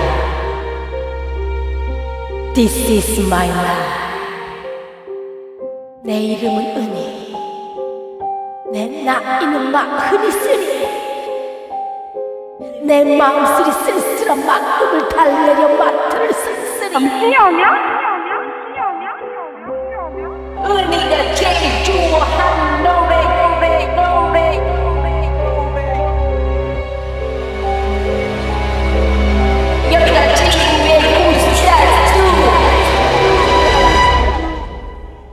Speaker 14: this is my life.
Speaker 23: 내 이름은 은희 내 나이는 마흔이 쓰리 내 마음 쓰리 쓸쓸한 마음을 달래려 마트를 쓸쓸히 당신이 아, 아니야?
Speaker 14: 은희가 제일 좋아하는 노래, 노래, 노래, 노래, 노래. 여자친구의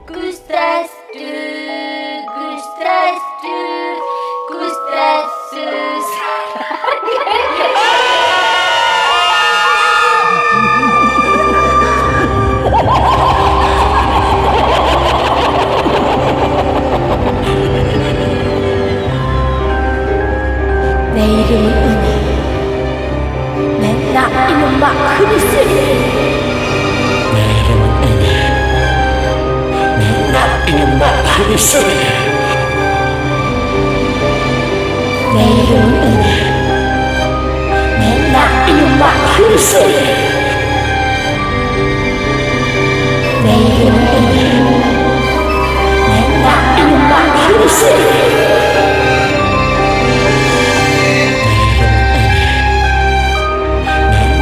Speaker 14: 구스타스, 구스타스, 구스타스,
Speaker 23: 내 이름은 은희 내 나이는 마흔이 쓰리
Speaker 9: 나이는 마흔이 쓰리.
Speaker 23: 내 이름은 은희 내 나이는 마흔이 쓰리 내 이름은 은희 내 나이는 마흔이 쓰리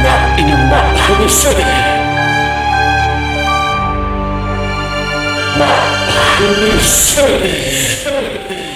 Speaker 9: 나이는 마흔이 쓰리. 마흔이 쓰리.